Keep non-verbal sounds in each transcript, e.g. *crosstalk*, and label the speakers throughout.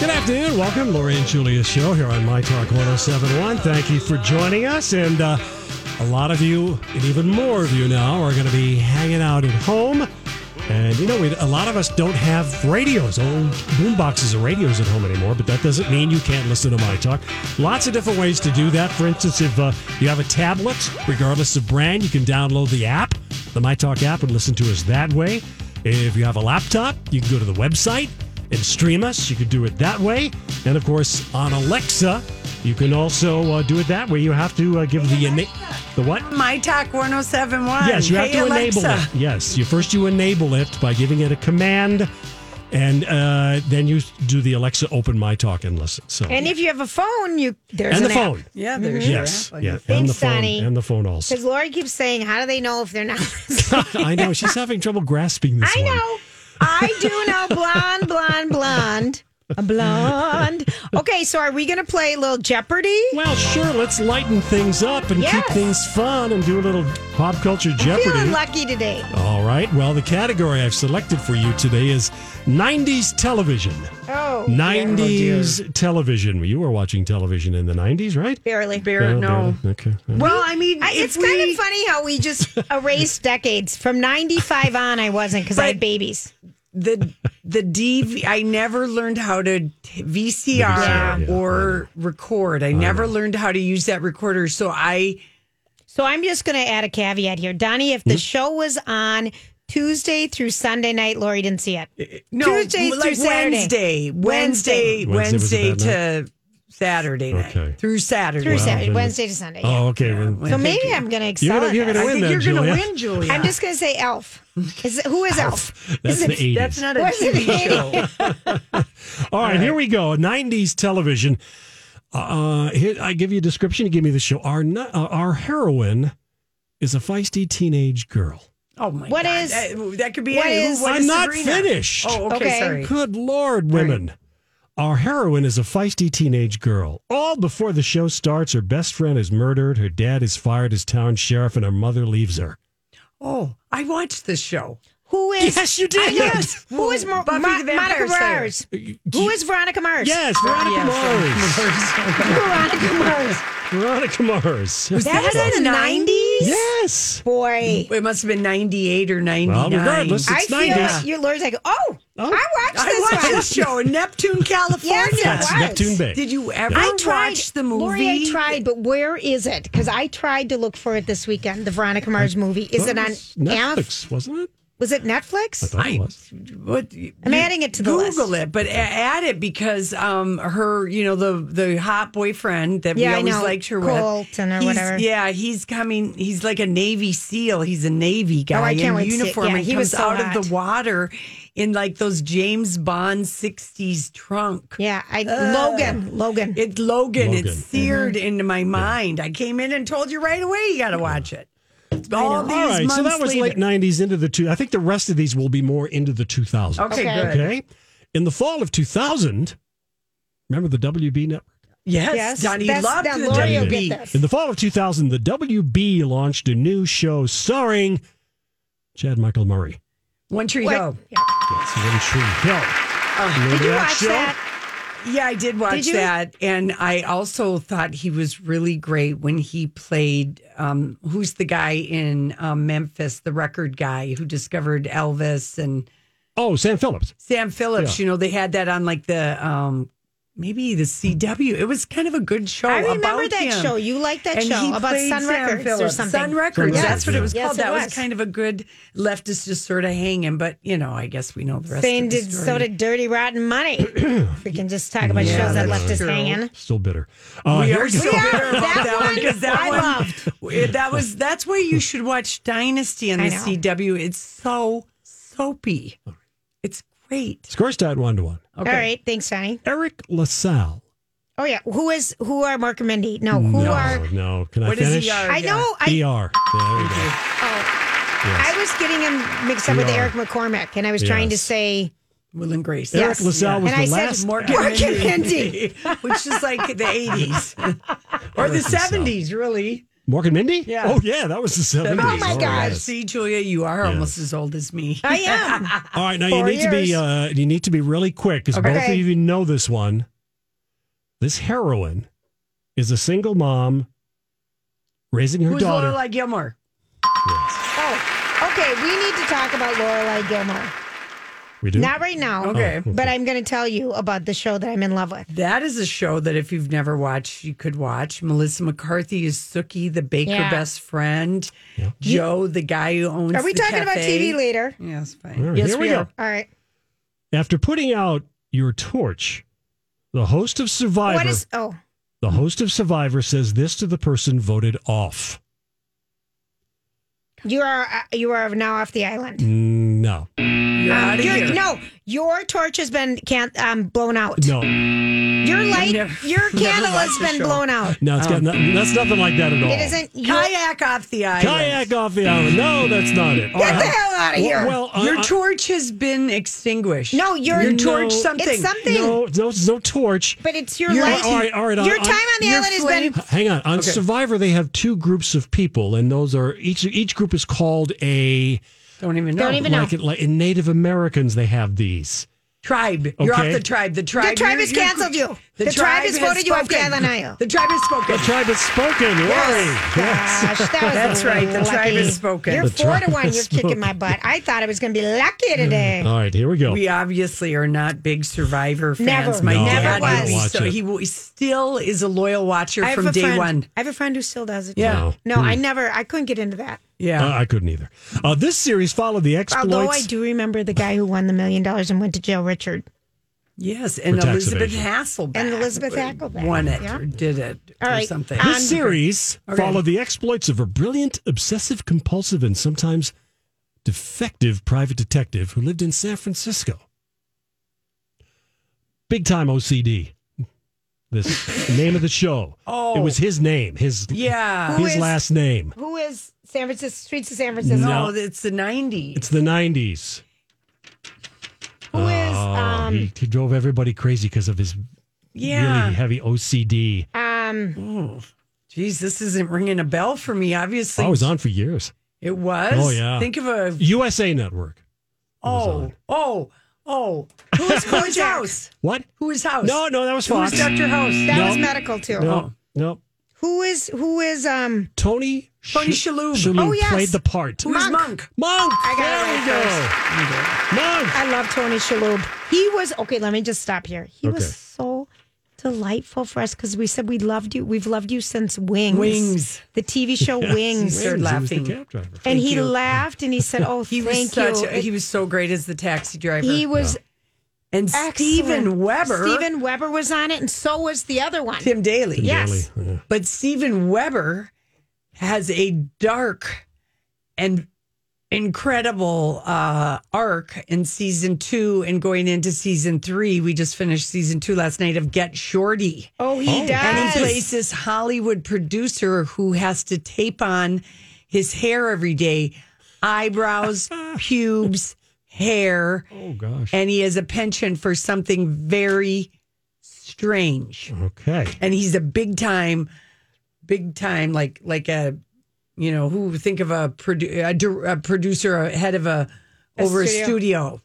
Speaker 1: Good afternoon. Welcome to Lori and Julia's show here on My Talk 1071. Thank you for joining us. And uh, a lot of you, and even more of you now, are going to be hanging out at home. And you know, we, a lot of us don't have radios, old boomboxes or radios at home anymore, but that doesn't mean you can't listen to My Talk. Lots of different ways to do that. For instance, if uh, you have a tablet, regardless of brand, you can download the app, the My Talk app, and listen to us that way. If you have a laptop, you can go to the website and stream us. You could do it that way. And of course, on Alexa, you can also uh, do it that way. You have to uh, give the ena- the what?
Speaker 2: My Talk 1071.
Speaker 1: Yes, you have
Speaker 2: Hey,
Speaker 1: to
Speaker 2: Alexa.
Speaker 1: enable it. Yes, you first you enable it by giving it a command, and uh, then you do the Alexa open my talk and listen. So
Speaker 2: And if you have a phone, you there's
Speaker 1: and the
Speaker 2: an app.
Speaker 1: phone.
Speaker 3: Yeah, there's your
Speaker 1: Yes,
Speaker 3: app.
Speaker 1: yeah, and
Speaker 4: Thanks,
Speaker 1: the phone,
Speaker 4: Sonny.
Speaker 1: and the phone
Speaker 2: *laughs*
Speaker 1: also.
Speaker 4: Because Lori keeps saying, "How do they know if they're not?" *laughs*
Speaker 1: I know she's having trouble grasping this.
Speaker 4: I
Speaker 1: one.
Speaker 4: know, I do know. Blonde, blonde, blonde, A blonde. Okay, so are we going to play a little Jeopardy?
Speaker 1: Well, sure. Let's lighten things up and keep
Speaker 4: Yes.
Speaker 1: things fun and do a little pop culture jeopardy.
Speaker 4: Feeling lucky today.
Speaker 1: All right. Well, the category I've selected for you today is 90s television.
Speaker 4: Oh,
Speaker 1: 90s television. You were watching television in the 90s, right?
Speaker 4: barely.
Speaker 3: Barrett, no.
Speaker 1: barely. Okay. Uh,
Speaker 3: Well, I mean,
Speaker 4: I,
Speaker 3: if
Speaker 4: it's
Speaker 3: we,
Speaker 4: kind of funny how we
Speaker 1: *laughs*
Speaker 4: just erased decades from '95 on. I wasn't because I had
Speaker 3: But-
Speaker 4: babies.
Speaker 3: the the DV. I never learned how to t- VCR
Speaker 1: Yeah. Yeah,
Speaker 3: or record. I, never learned how to use that recorder. So I
Speaker 4: So I'm just going to add a caveat here, Donnie. If
Speaker 1: Mm-hmm.
Speaker 4: the show was on Tuesday through Sunday night, Lori didn't see it.
Speaker 3: no
Speaker 4: Tuesdays
Speaker 3: like
Speaker 4: through Saturday.
Speaker 3: Wednesday, Wednesday,
Speaker 1: Wednesday.
Speaker 3: Wednesday,
Speaker 1: Wednesday was a bad
Speaker 3: to Saturday night
Speaker 1: Okay.
Speaker 3: through Saturday.
Speaker 4: Through Saturday,
Speaker 1: then-
Speaker 4: Wednesday to Sunday. Yeah.
Speaker 1: Oh, okay. Well,
Speaker 4: so maybe I'm going to excel.
Speaker 1: You're gonna-
Speaker 4: at this.
Speaker 1: you're gonna
Speaker 3: I
Speaker 1: Win
Speaker 3: think
Speaker 1: then,
Speaker 3: you're going to
Speaker 1: Julia.
Speaker 3: win, Julia.
Speaker 4: I'm just going to say
Speaker 1: *laughs*
Speaker 4: Elf. Is it, who is Elf?
Speaker 1: That's
Speaker 4: Is
Speaker 1: the
Speaker 4: it-
Speaker 1: 80s.
Speaker 3: That's not a
Speaker 4: What's it
Speaker 3: TV show.
Speaker 1: All right, here we go. 90s television. Uh, here, I give you a description. You give me the show. Our, nu- uh, our heroine is a feisty teenage girl.
Speaker 3: Oh my
Speaker 4: What
Speaker 3: God.
Speaker 4: is-
Speaker 3: that, that could be
Speaker 4: what
Speaker 3: any.
Speaker 4: is-
Speaker 3: Who- what
Speaker 1: I'm not
Speaker 3: Sabrina?
Speaker 1: finished.
Speaker 3: Oh, okay,
Speaker 4: Okay.
Speaker 3: sorry.
Speaker 1: Good Lord, women. Our heroine is a feisty teenage girl. All before the show starts, her best friend is murdered, her dad is fired as town sheriff, and her mother leaves her.
Speaker 3: Oh, I watched this show.
Speaker 4: Who is?
Speaker 1: Yes, Uh, you did.
Speaker 4: I know.
Speaker 1: Yes.
Speaker 4: Who is Mo-
Speaker 3: Buffy
Speaker 4: Ma- Monica
Speaker 3: the Vampire Slayer.
Speaker 4: Mars? Who is Veronica Mars?
Speaker 1: Yes, Veronica Mars.
Speaker 4: *laughs* Veronica
Speaker 1: *laughs*
Speaker 4: Mars.
Speaker 1: Veronica Mars.
Speaker 4: That was
Speaker 3: that
Speaker 4: in the
Speaker 3: a
Speaker 4: 90s.
Speaker 1: Yes.
Speaker 4: Boy,
Speaker 3: It must have been 98 or 99.
Speaker 1: Well, regardless,
Speaker 4: I
Speaker 1: Mm, it's
Speaker 4: feel
Speaker 1: 90s.
Speaker 4: like you're Lori's like, oh,
Speaker 1: Oh.
Speaker 4: I watched
Speaker 3: I
Speaker 4: this
Speaker 3: watched
Speaker 4: one.
Speaker 3: this show in Neptune, California.
Speaker 4: Yes, it
Speaker 1: That's
Speaker 4: was.
Speaker 1: Neptune Bay.
Speaker 3: Did you ever
Speaker 4: I tried
Speaker 3: watch the movie?
Speaker 4: Lori, I tried, but where is it? Because I tried to look for it this weekend. The Veronica Mars movie. Is it on Amf-
Speaker 1: Netflix, wasn't it?
Speaker 4: Was it Netflix?
Speaker 1: thought it was.
Speaker 3: What,
Speaker 4: I'm
Speaker 3: you-
Speaker 4: adding it to the
Speaker 3: Google
Speaker 4: list.
Speaker 3: it, but a- add it because um, her, you know, the the hot boyfriend that
Speaker 4: Yeah, I
Speaker 3: we always
Speaker 4: know,
Speaker 3: liked her
Speaker 4: Colton or
Speaker 3: with. he's-
Speaker 4: whatever.
Speaker 3: Yeah, he's coming. He's like a Navy SEAL. He's a Navy guy
Speaker 4: Oh, I can't
Speaker 3: in
Speaker 4: wait to see it.
Speaker 3: uniform.
Speaker 4: Yeah,
Speaker 3: and
Speaker 4: he was
Speaker 3: comes
Speaker 4: so
Speaker 3: out
Speaker 4: hot.
Speaker 3: of the water in like those James Bond '60s trunk.
Speaker 4: Yeah, I
Speaker 3: Uh,
Speaker 4: Logan. Logan.
Speaker 3: It's Logan.
Speaker 1: Logan.
Speaker 3: It's seared
Speaker 4: Mm-hmm.
Speaker 3: into my mind. I came in and told you right away you got to watch it. All, these
Speaker 1: All right,
Speaker 3: months
Speaker 1: so that was
Speaker 3: later.
Speaker 1: late 90s into the two. I think the rest of these will be more into the 2000s.
Speaker 3: Okay,
Speaker 4: Okay.
Speaker 3: good.
Speaker 1: Okay. In the fall of 2000, remember the WB network?
Speaker 3: Yes,
Speaker 4: Yes,
Speaker 3: Donnie
Speaker 4: that's-
Speaker 3: loved
Speaker 4: that
Speaker 3: the
Speaker 4: Lori will
Speaker 3: WB.
Speaker 4: get this.
Speaker 1: In the fall of 2000, the WB launched a new show starring Chad Michael Murray.
Speaker 3: One Tree
Speaker 4: What?
Speaker 3: Hill.
Speaker 1: It's One Tree Hill.
Speaker 4: Oh, Did you
Speaker 1: that
Speaker 4: watch
Speaker 1: show?
Speaker 4: that?
Speaker 3: Yeah, I did watch
Speaker 4: Did you?
Speaker 3: that, and I also thought he was really great when he played. Um, who's the guy in um, Memphis? The record guy who discovered Elvis and
Speaker 1: Oh, Sam Phillips.
Speaker 3: Sam Phillips. You know, they had that on like the um, maybe the CW. It was kind of a good show.
Speaker 4: I remember
Speaker 3: about
Speaker 4: that
Speaker 3: him.
Speaker 4: show. You liked that
Speaker 3: And
Speaker 4: show
Speaker 3: he
Speaker 4: about
Speaker 3: played
Speaker 4: Sun
Speaker 3: Sam
Speaker 4: Records or
Speaker 3: Phillips.
Speaker 4: something.
Speaker 3: Sun Records.
Speaker 1: Yes.
Speaker 3: That's what it was
Speaker 4: Yes,
Speaker 3: called.
Speaker 4: it
Speaker 3: that was.
Speaker 4: was.
Speaker 3: kind of a good leftist, just sort of hanging. But you know, I guess we know the rest.
Speaker 4: Saying
Speaker 3: of the
Speaker 4: did
Speaker 3: story.
Speaker 4: so did Dirty Rotten
Speaker 1: *clears throat*
Speaker 4: Money. we can just talk about shows that left us hanging.
Speaker 1: Still bitter. Uh,
Speaker 3: We
Speaker 1: here
Speaker 3: are
Speaker 1: we go.
Speaker 3: so bitter about
Speaker 4: That
Speaker 3: that, one
Speaker 4: one
Speaker 3: because that
Speaker 4: I
Speaker 3: one,
Speaker 4: loved.
Speaker 3: w- that was that's why you should watch Dynasty on
Speaker 4: I
Speaker 3: the
Speaker 4: know.
Speaker 3: CW. It's so soapy. It's great.
Speaker 1: Scores tied one to one.
Speaker 3: Okay.
Speaker 4: All right, thanks, Johnny.
Speaker 1: Eric LaSalle.
Speaker 4: Oh yeah, who is who are Mark and Mindy? No, who
Speaker 1: no, Oh,
Speaker 4: are? E
Speaker 1: no. Can
Speaker 3: What
Speaker 1: I
Speaker 3: is
Speaker 1: finish?
Speaker 3: ER?
Speaker 4: I know. I
Speaker 1: ER. There we go.
Speaker 4: oh,
Speaker 1: Yes.
Speaker 4: I was getting him mixed up with
Speaker 1: We are.
Speaker 4: Eric McCormick, and I was trying to
Speaker 1: Yes.
Speaker 4: say
Speaker 3: Will and Grace.
Speaker 1: Eric LaSalle was
Speaker 4: And I
Speaker 1: the
Speaker 4: said
Speaker 1: last.
Speaker 3: Morgan,
Speaker 4: Mork and
Speaker 1: *laughs*
Speaker 3: Mindy, which is like the eighties or the
Speaker 1: Eric LaSalle.
Speaker 3: seventies, really.
Speaker 1: Morgan Mindy?
Speaker 3: Yeah.
Speaker 1: Oh, yeah. That was the 70s.
Speaker 3: Oh
Speaker 4: my
Speaker 1: All
Speaker 4: gosh.
Speaker 1: right.
Speaker 3: See, Julia, you are almost as old as me.
Speaker 4: I am.
Speaker 1: All right, now you
Speaker 4: Four
Speaker 1: need to be
Speaker 4: years.
Speaker 1: uh, you need to be really quick because both of
Speaker 4: Okay.
Speaker 1: you know this one. This heroine is a single mom raising her
Speaker 3: Who's
Speaker 1: daughter.
Speaker 3: Lorelai Gilmore?
Speaker 1: Yes,
Speaker 4: oh, okay. We need to talk about Lorelai Gilmore.
Speaker 1: we do.
Speaker 4: Not right now.
Speaker 3: Okay.
Speaker 4: But I'm going to tell you about the show that I'm in love with.
Speaker 3: That is a show that if you've never watched, you could watch. Melissa McCarthy is Sookie, the baker
Speaker 4: Yeah.
Speaker 3: best friend. Joe, the guy who owns.
Speaker 4: Are we
Speaker 3: the
Speaker 4: talking about
Speaker 3: cafe.
Speaker 4: TV later?
Speaker 3: Yes,
Speaker 1: All
Speaker 3: fine.
Speaker 1: right,
Speaker 3: yes,
Speaker 1: here we go.
Speaker 4: All right.
Speaker 1: After putting out your torch, the host of Survivor,
Speaker 4: What is? Oh,
Speaker 1: the host of Survivor says this to the person voted off.
Speaker 4: you are uh, you are now off the island.
Speaker 1: Mm, No,
Speaker 3: You're out of
Speaker 4: Your-
Speaker 3: here.
Speaker 4: no, your torch has been can um, blown out.
Speaker 1: no,
Speaker 4: Your light,
Speaker 3: never-
Speaker 4: your
Speaker 3: never
Speaker 4: candle has
Speaker 3: watched the
Speaker 4: been
Speaker 3: show.
Speaker 4: blown out.
Speaker 1: no. It's got no, that's nothing like that at all.
Speaker 4: Oh. It isn't. Your,
Speaker 3: Kayak off the island.
Speaker 1: Kayak off the island. No, that's not it.
Speaker 4: get the hell out of here.
Speaker 1: Uh-huh. Well, uh,
Speaker 3: Your
Speaker 1: uh,
Speaker 3: torch has been extinguished.
Speaker 4: No, your-
Speaker 3: your torch
Speaker 4: No.
Speaker 3: something.
Speaker 4: It's something.
Speaker 1: no, no, it's no torch.
Speaker 4: but it's your
Speaker 1: You're-
Speaker 4: light.
Speaker 1: all right, all right,
Speaker 4: your
Speaker 1: I'm-
Speaker 4: time on the
Speaker 3: Your
Speaker 4: island has
Speaker 3: flame-
Speaker 4: been.
Speaker 1: Hang on. On
Speaker 3: Okay.
Speaker 1: Survivor, they have two groups of people, and those are each each group is called a
Speaker 3: Don't even know.
Speaker 4: Don't even- know.
Speaker 1: like like in Native Americans they have these.
Speaker 3: tribe. You're off
Speaker 1: Okay.
Speaker 3: the tribe. The tribe.
Speaker 4: tribe
Speaker 3: you're-
Speaker 4: has
Speaker 3: you're-
Speaker 4: canceled you. The tribe has voted you off the
Speaker 3: spoken.
Speaker 4: island aisle.
Speaker 3: The tribe has spoken.
Speaker 1: The tribe has spoken. Lori. *laughs*
Speaker 4: Yes. Gosh, that was
Speaker 3: That's right, the
Speaker 4: lucky.
Speaker 3: tribe has spoken.
Speaker 4: You're
Speaker 3: The
Speaker 4: four to
Speaker 1: tribe
Speaker 4: one.
Speaker 1: has
Speaker 4: You're
Speaker 1: spoken. Oh,
Speaker 4: kicking my butt. I thought I was going to be lucky today.
Speaker 1: All right, here we go.
Speaker 3: We obviously are not big Survivor
Speaker 4: Never.
Speaker 3: fans. My
Speaker 1: No,
Speaker 3: dad
Speaker 4: I don't
Speaker 3: would be
Speaker 1: watch
Speaker 3: so
Speaker 1: it.
Speaker 3: he w- still is a loyal watcher
Speaker 4: I have
Speaker 3: from
Speaker 4: a
Speaker 3: day
Speaker 4: friend,
Speaker 3: one.
Speaker 4: I have a friend who still does it.
Speaker 3: Yeah.
Speaker 1: No.
Speaker 4: No, I never. I couldn't get into that.
Speaker 3: Yeah.
Speaker 1: Uh, I couldn't either. Uh, this series followed the exploits.
Speaker 4: Although I do remember the guy who won the million dollars and went to jail, Richard.
Speaker 3: yes. And
Speaker 1: tax
Speaker 3: Elizabeth
Speaker 1: evasion.
Speaker 3: Hasselbeck.
Speaker 4: And Elizabeth Hasselbeck.
Speaker 3: Won it
Speaker 4: Yeah.
Speaker 3: or did it
Speaker 4: All
Speaker 3: or
Speaker 4: right.
Speaker 3: something.
Speaker 4: Um,
Speaker 1: This series
Speaker 3: Okay.
Speaker 1: followed the exploits of a brilliant, obsessive, compulsive, and sometimes defective private detective who lived in San Francisco. Big time OCD. This name of the show.
Speaker 3: Oh.
Speaker 1: It was his name, his
Speaker 3: yeah.
Speaker 4: Who
Speaker 1: his
Speaker 4: is-
Speaker 1: last name.
Speaker 4: Who is San Francisco Streets of San Francisco?
Speaker 3: No, Oh, it's the 90s.
Speaker 1: It's the 90s.
Speaker 4: Who is
Speaker 1: Oh,
Speaker 4: um
Speaker 1: he, he drove everybody crazy because of his
Speaker 3: yeah.
Speaker 1: really heavy OCD.
Speaker 4: um
Speaker 3: Geez, this isn't ringing a bell for me, obviously.
Speaker 1: Oh, it was on for years.
Speaker 3: It was?
Speaker 1: Oh, yeah.
Speaker 3: Think of a.
Speaker 1: USA Network.
Speaker 3: Oh, oh, oh. Who is Coach House?
Speaker 1: What?
Speaker 3: Who is House?
Speaker 1: No, no, that was
Speaker 3: Who is
Speaker 1: Fox.
Speaker 3: Dr. House?
Speaker 4: that
Speaker 1: No.
Speaker 4: was medical too.
Speaker 1: No, no.
Speaker 4: Who is who is um
Speaker 1: Tony
Speaker 3: Tony
Speaker 1: Sh-
Speaker 3: Shalhoub.
Speaker 4: Oh, yes.
Speaker 1: played the part.
Speaker 3: Who is Monk?
Speaker 1: Monk.
Speaker 4: I got it
Speaker 1: there we go. Monk.
Speaker 4: I love Tony Shalhoub. He was okay, let me just stop here. He
Speaker 1: Okay.
Speaker 4: was so delightful for us because we said we loved you. We've loved you since Wings.
Speaker 3: Wings.
Speaker 4: The TV show Wings.
Speaker 3: Wings. Started
Speaker 1: He was the
Speaker 3: laughing.
Speaker 1: cab driver.
Speaker 4: And he
Speaker 3: you.
Speaker 4: laughed and he said, Oh,
Speaker 3: *laughs* He was
Speaker 4: thank
Speaker 3: such.
Speaker 4: you.
Speaker 3: a- he was so great as the taxi driver.
Speaker 4: He was
Speaker 3: and
Speaker 4: excellent.
Speaker 3: Stephen Weber.
Speaker 4: Steven Weber was on it, and so was the other one.
Speaker 3: Tim Daly.
Speaker 4: yes.
Speaker 1: Really, yeah.
Speaker 3: But Stephen Weber has a dark and incredible uh, arc in season two and going into season three. We just finished season two last night of Get Shorty.
Speaker 4: Oh, he
Speaker 1: Oh.
Speaker 4: does.
Speaker 3: And he plays this Hollywood producer who has to tape on his hair every day eyebrows, pubes, hair.
Speaker 1: Oh gosh.
Speaker 3: And he has a penchant for something very strange
Speaker 1: Okay.
Speaker 3: and he's a big time, big time, like like a, you know, who think of a, produ- a, dir- a producer, a head of a over a
Speaker 4: studio.
Speaker 3: studio.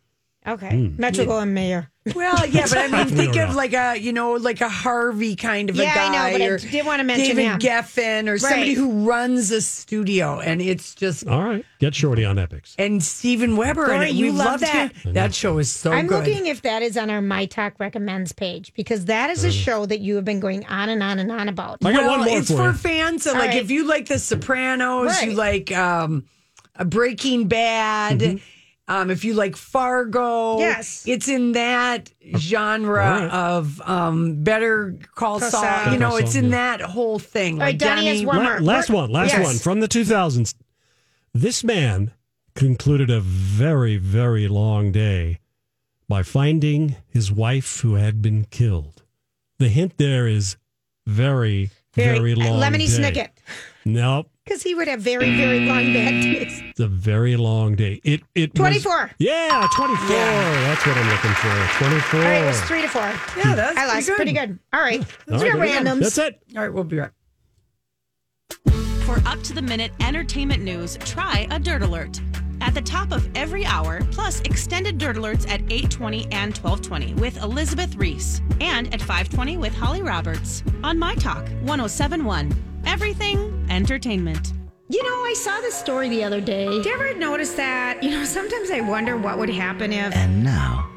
Speaker 4: Okay.
Speaker 3: Hmm.
Speaker 4: Metro Goldwyn Mayer.
Speaker 3: Well, yeah,
Speaker 1: *laughs*
Speaker 3: but I mean, think
Speaker 1: don't
Speaker 3: of
Speaker 1: know.
Speaker 3: like a you know, like a Harvey kind of a
Speaker 4: Yeah, I
Speaker 3: guy.
Speaker 4: know, but I
Speaker 3: or
Speaker 4: did wanna mention
Speaker 3: David
Speaker 4: him.
Speaker 3: Geffen or somebody
Speaker 4: Right.
Speaker 3: who runs a studio, and it's just
Speaker 1: All right, get shorty on epics.
Speaker 3: and Steven Weber. and
Speaker 4: Gloria,
Speaker 3: it-
Speaker 4: you
Speaker 3: we
Speaker 4: love
Speaker 3: loved
Speaker 4: that.
Speaker 3: him. That show is so
Speaker 4: I'm
Speaker 3: good.
Speaker 4: looking if that is on our My Talk Recommends page because that is a show that you have been going on and on and on about.
Speaker 1: I got
Speaker 3: well,
Speaker 1: one more
Speaker 3: it's
Speaker 1: for
Speaker 3: for,
Speaker 1: you.
Speaker 3: fans. So,
Speaker 4: All
Speaker 3: like,
Speaker 4: right.
Speaker 3: if you like The Sopranos, you
Speaker 4: Right.
Speaker 3: like um, a Breaking Bad. Um, if you like Fargo,
Speaker 4: Yes.
Speaker 3: it's in that genre
Speaker 1: All right.
Speaker 3: of um, Better Call
Speaker 4: Call
Speaker 3: Saul.
Speaker 4: Saul.
Speaker 3: You know,
Speaker 1: Call
Speaker 3: it's
Speaker 1: Saul,
Speaker 3: in
Speaker 1: yeah.
Speaker 3: that whole thing.
Speaker 4: All right, Donnie has one
Speaker 1: La-
Speaker 4: more.
Speaker 1: last
Speaker 4: We're-
Speaker 1: one, last
Speaker 4: Yes.
Speaker 1: one from the 2000s. This man concluded a very, very long day by finding his wife who had been killed. The hint there is very, very, long.
Speaker 4: uh, Lemony
Speaker 1: day.
Speaker 4: Snicket.
Speaker 1: Nope.
Speaker 4: Because he would have very, very long bad days.
Speaker 1: It's a very long day. It it was-
Speaker 4: 24.
Speaker 1: yeah, twenty four. That's what I'm looking for. Twenty four.
Speaker 4: All right, it was three to four.
Speaker 3: Yeah, that's
Speaker 4: I like pretty good. All right. Those are randoms.
Speaker 1: That's it.
Speaker 5: Mm-hmm.
Speaker 3: All right, we'll be right.
Speaker 6: For up to the minute entertainment news, try a Dirt Alert. At the top of every hour, plus extended Dirt Alerts at 8:20 and 12:20 with Elizabeth Reese and at 5:20 with Holly Roberts on My Talk 1071. Everything entertainment.
Speaker 4: You know, I saw this story the other day. Did you ever notice that? You know, sometimes I wonder what would happen if
Speaker 7: And now,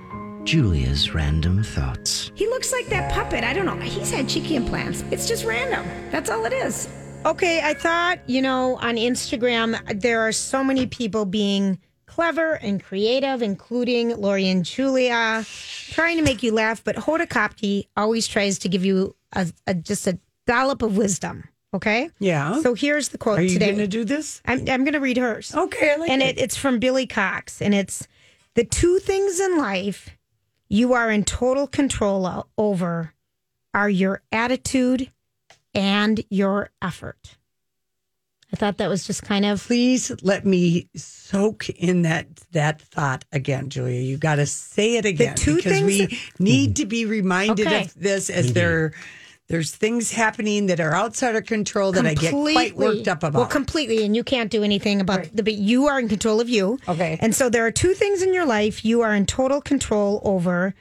Speaker 7: Julia's random thoughts.
Speaker 4: he looks like that puppet. I don't know. He's had cheeky implants. It's just random. That's all it is. Okay, I thought, you know, on Instagram, there are so many people being clever and creative, including Lori and Julia, trying to make you laugh. But Hoda Kotb always tries to give you a, a just a dollop of wisdom. Okay?
Speaker 3: Yeah.
Speaker 4: So here's the quote
Speaker 3: Are you
Speaker 4: today.
Speaker 3: going to do this?
Speaker 4: I'm, I'm going to read hers.
Speaker 3: Okay, I like
Speaker 4: and it, it's from Billy Cox, and it's the two things in life you are in total control o- over are your attitude and your effort. I thought that was just kind of
Speaker 3: Please let me soak in that that thought again, Julia. You got to say it again
Speaker 4: two
Speaker 3: because
Speaker 4: things-
Speaker 3: we need to be reminded
Speaker 4: Okay.
Speaker 3: of this as there there's things happening that are outside of control that I get quite worked up about.
Speaker 4: Well, completely, and you can't do anything about the. But you are in control of you.
Speaker 3: Okay.
Speaker 4: And so there are two things in your life you are in total control over.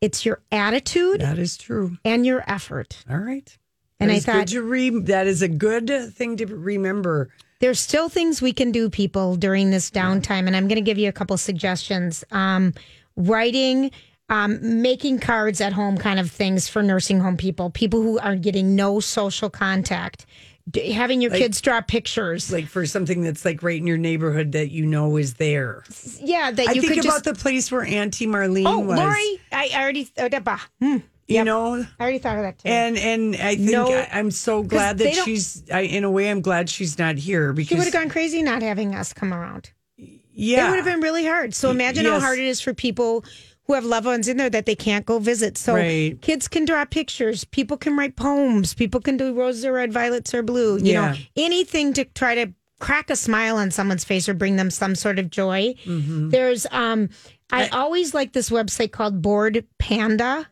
Speaker 4: It's your attitude
Speaker 3: that is true.
Speaker 4: and your effort.
Speaker 3: All right.
Speaker 4: And
Speaker 3: That
Speaker 4: I
Speaker 3: is good
Speaker 4: thought-
Speaker 3: to re- that is a good thing to remember.
Speaker 4: there's still things we can do, people, during this downtime. And I'm going to give you a couple suggestions. Um, writing, um, making cards at home, kind of things for nursing home people, people who are getting no social contact, D- having your kids draw pictures.
Speaker 3: Like for something that's like right in your neighborhood that you know is there.
Speaker 4: yeah, that
Speaker 3: I
Speaker 4: you
Speaker 3: think
Speaker 4: could
Speaker 3: about
Speaker 4: just.
Speaker 3: the place where Auntie Marlene
Speaker 4: oh,
Speaker 3: was.
Speaker 4: Lori, I already. oh, da- bah. Hmm.
Speaker 3: you
Speaker 4: Yep.
Speaker 3: know,
Speaker 4: I already thought of that too.
Speaker 3: And and I think
Speaker 4: No.
Speaker 3: I, I'm so glad
Speaker 4: they
Speaker 3: that
Speaker 4: don't-
Speaker 3: she's. I, in a way, I'm glad she's not here
Speaker 4: she would
Speaker 3: because
Speaker 4: have gone crazy not having us come around.
Speaker 3: yeah,
Speaker 4: It would have been really hard. So imagine how
Speaker 3: yes.
Speaker 4: hard it is for people who have loved ones in there that they can't go visit. So
Speaker 3: Right.
Speaker 4: kids can draw pictures, people can write poems, people can do roses are red, violets are blue. You
Speaker 3: Yeah.
Speaker 4: know, anything to try to crack a smile on someone's face or bring them some sort of joy.
Speaker 3: Mm-hmm.
Speaker 4: There's um I always like this website called Board Panda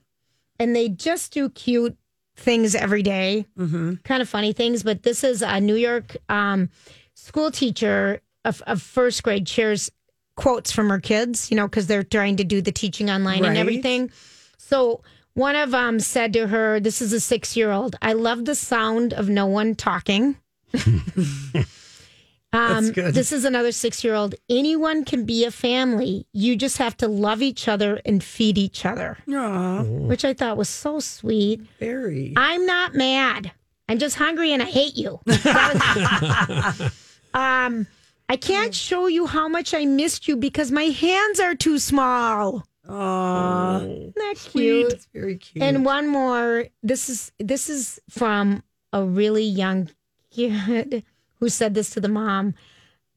Speaker 4: and they just do cute things every day kind of funny things, but this is a New York um, school teacher of, of first grade shares quotes from her kids, you know, because they're trying to do the teaching online and
Speaker 3: Right.
Speaker 4: everything. So one of them said to her, This is a six year old, I love the sound of no one
Speaker 3: *laughs*
Speaker 4: talking. Um,
Speaker 3: good.
Speaker 4: this is another six year old. Anyone can be a family. You just have to love each other and feed each other,
Speaker 3: Aw,
Speaker 4: which I thought was so sweet.
Speaker 3: very.
Speaker 4: I'm not mad. I'm just hungry and I hate you. That was- um, I can't show you how much I missed you because my hands are too small.
Speaker 3: Aw,
Speaker 4: Isn't that
Speaker 3: cute.
Speaker 4: cute?
Speaker 3: It's very cute.
Speaker 4: And one more. This is this is from a really young kid who said this to the mom.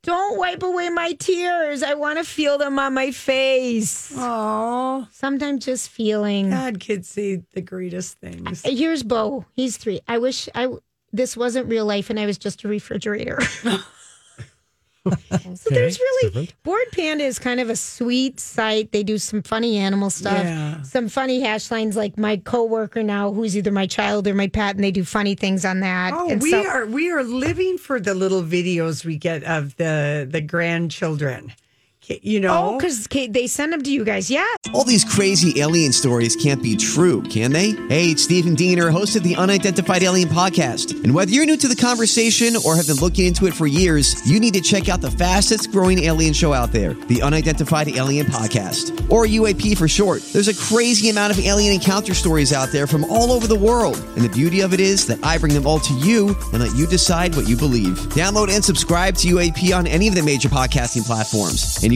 Speaker 4: Don't wipe away my tears. I want to feel them on my face.
Speaker 3: oh
Speaker 4: Sometimes just feeling.
Speaker 3: God, kids say the greatest things.
Speaker 4: Here's Bo. He's three. I wish I this wasn't real life and I was just a refrigerator. *laughs* So there's really Board Panda is kind of a sweet site. They do some funny animal stuff,
Speaker 3: Yeah.
Speaker 4: some funny hash lines. Like my coworker now, who's either my child or my pet, and they do funny things on that.
Speaker 3: Oh,
Speaker 4: and
Speaker 3: we
Speaker 4: so,
Speaker 3: are we are living for the little videos we get of the the grandchildren. You know,
Speaker 4: Oh, because they send them to you guys. Yes.
Speaker 8: All these crazy alien stories can't be true, can they? Hey, it's Stephen Diener, host of the Unidentified Alien Podcast. And whether you're new to the conversation or have been looking into it for years, you need to check out the fastest growing alien show out there, the Unidentified Alien Podcast, or UAP for short. There's a crazy amount of alien encounter stories out there from all over the world. And the beauty of it is that I bring them all to you and let you decide what you believe. Download and subscribe to UAP on any of the major podcasting platforms. And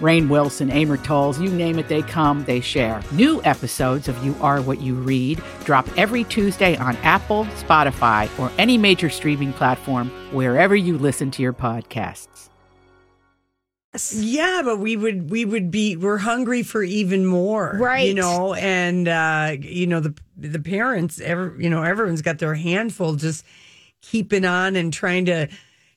Speaker 9: Rain Wilson, Amor Tolls, you name it, they come, they share. New episodes of You Are What You Read drop every Tuesday on Apple, Spotify, or any major streaming platform wherever you listen to your podcasts.
Speaker 3: Yeah, but we would we would be we're hungry for even more,
Speaker 4: Right.
Speaker 3: You know, and uh, you know the the parents, every, you know, everyone's got their handful, just keeping on and trying to,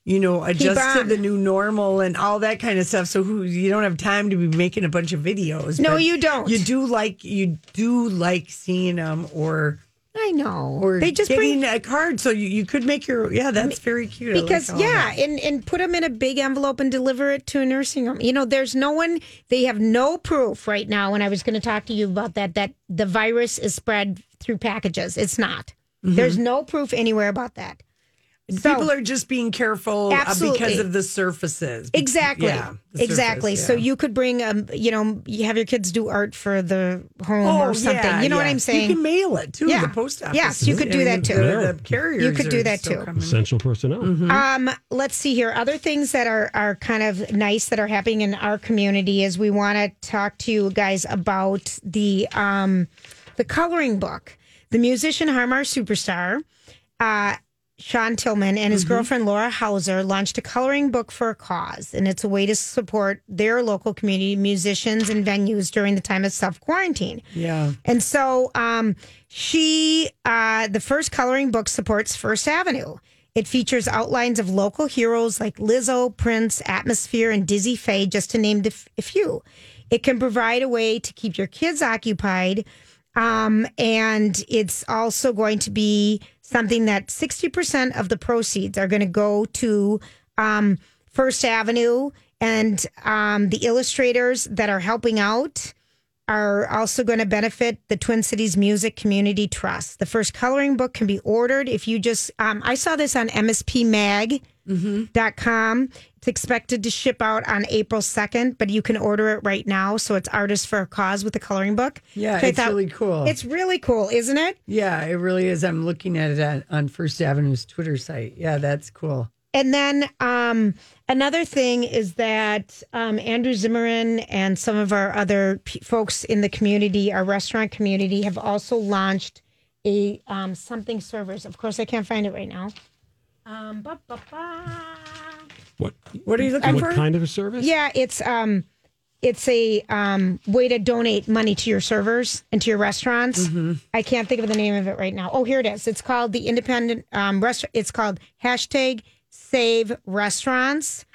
Speaker 3: you know, adjust to
Speaker 4: on.
Speaker 3: the new normal and all that kind of stuff. So who you don't have time to be making a bunch of videos.
Speaker 4: No,
Speaker 3: but
Speaker 4: you don't.
Speaker 3: You do like you do like seeing them or
Speaker 4: I know.
Speaker 3: or
Speaker 4: they just
Speaker 3: getting
Speaker 4: bring
Speaker 3: a card, so you, you could make your yeah. That's very cute I like
Speaker 4: because
Speaker 3: all that.
Speaker 4: yeah, and and put them in a big envelope and deliver it to a nursing home. You know, there's no one. They have no proof right now. And I was going to talk to you about that. That the virus is spread through packages. It's not. There's no proof anywhere about that. So-
Speaker 3: Mm-hmm. people are just being careful uh, because
Speaker 4: Absolutely.
Speaker 3: of the surfaces. Be-
Speaker 4: Exactly.
Speaker 3: Yeah, the surface,
Speaker 4: exactly. So
Speaker 3: yeah.
Speaker 4: you could bring um, you know, you have your kids do art for the home or something.
Speaker 3: Oh, yeah,
Speaker 4: you know what
Speaker 3: yeah.
Speaker 4: I'm saying?
Speaker 3: You can mail it too.
Speaker 4: Yeah.
Speaker 3: The post office.
Speaker 4: Yes, you could do that, too.
Speaker 3: The, the carriers.
Speaker 4: You could do
Speaker 3: are
Speaker 4: that,
Speaker 3: still
Speaker 4: too.
Speaker 3: coming.
Speaker 1: Essential personnel.
Speaker 5: Mm-hmm.
Speaker 4: Um, let's see here. Other things that are are kind of nice that are happening in our community is we want to talk to you guys about the um, the coloring book, the musician Harmar superstar. Uh, Sean Tillman and his girlfriend Laura Hauser launched a coloring book for a cause, and it's a way to support their local community musicians and venues during the time of self quarantine.
Speaker 3: Yeah.
Speaker 4: And so um, she, uh, the first coloring book supports First Avenue. It features outlines of local heroes like Lizzo, Prince, Atmosphere, and Dizzy Faye, just to name the f- a few. It can provide a way to keep your kids occupied. Um, and it's also going to be something that 60% of the proceeds are going to go to um, First Avenue and um, the illustrators that are helping out are also going to benefit the Twin Cities Music Community Trust. The first coloring book can be ordered if you just. Um, I saw this on
Speaker 3: Mm-hmm.
Speaker 4: MSPMag.com. It's expected to ship out on April second, but you can order it right now. So it's Artists for a Cause with the coloring book.
Speaker 3: Yeah,
Speaker 4: Which I
Speaker 3: it's really cool.
Speaker 4: It's really cool, isn't it?
Speaker 3: Yeah, it really is. I'm looking at it on, on First Avenue's Twitter site. Yeah, that's cool.
Speaker 4: And then um, another thing is that um, Andrew Zimmerman and some of our other p- folks in the community, our restaurant community, have also launched a um, something servers. Of course, I can't find it right now. Um, ba, ba, ba.
Speaker 1: What?
Speaker 3: What are you looking
Speaker 1: What
Speaker 3: for?
Speaker 1: kind of a service?
Speaker 4: Yeah, it's um, it's a um, way to donate money to your servers and to your restaurants. I can't think of the name of it right now. Oh, here it is. It's called the Independent um, Restaurant. It's called hashtag Save Restaurants,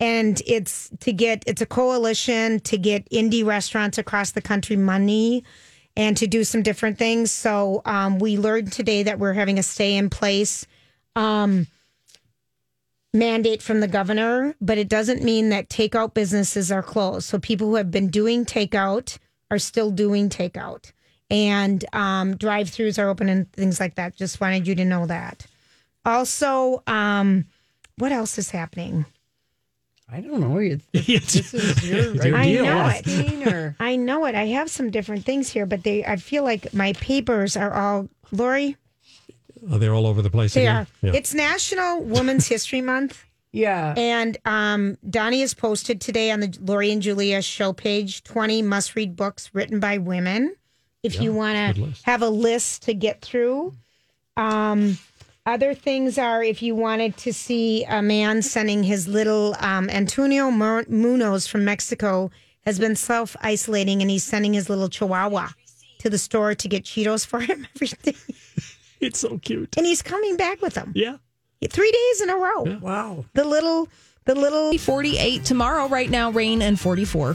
Speaker 4: and it's to get it's a coalition to get indie restaurants across the country money. And to do some different things. So, um, we learned today that we're having a stay in place um, mandate from the governor, but it doesn't mean that takeout businesses are closed. So people who have been doing takeout are still doing takeout, and um, drive-throughs are open and things like that. Just wanted you to know that. Also, um, what else is happening?
Speaker 3: I don't know.
Speaker 1: *laughs*
Speaker 3: It's,
Speaker 1: Yes.
Speaker 3: this is your
Speaker 1: It's your
Speaker 3: idea.
Speaker 1: deal.
Speaker 4: know it.
Speaker 3: Christine, or-
Speaker 4: I know it. I have some different things here, but they. I feel like my papers are all Lori.
Speaker 1: Oh, they're all over the place.
Speaker 4: They
Speaker 1: again?
Speaker 4: are. It's National Women's History Month.
Speaker 3: yeah.
Speaker 4: *laughs* And um, Donnie has posted today on the Lori and Julia show page 20 must read books written by women. If you want
Speaker 1: good
Speaker 4: to
Speaker 1: list.
Speaker 4: have a list to get through, um, other things are if you wanted to see a man sending his little um, Antonio Mu- Munoz from Mexico has been self isolating and he's sending his little chihuahua to the store to get Cheetos for him *laughs* every day.
Speaker 1: It's so cute.
Speaker 4: And he's coming back with them.
Speaker 1: Yeah.
Speaker 4: Three days in a row.
Speaker 3: Wow.
Speaker 4: The little, the little
Speaker 5: 48 tomorrow. Right now, rain and 44.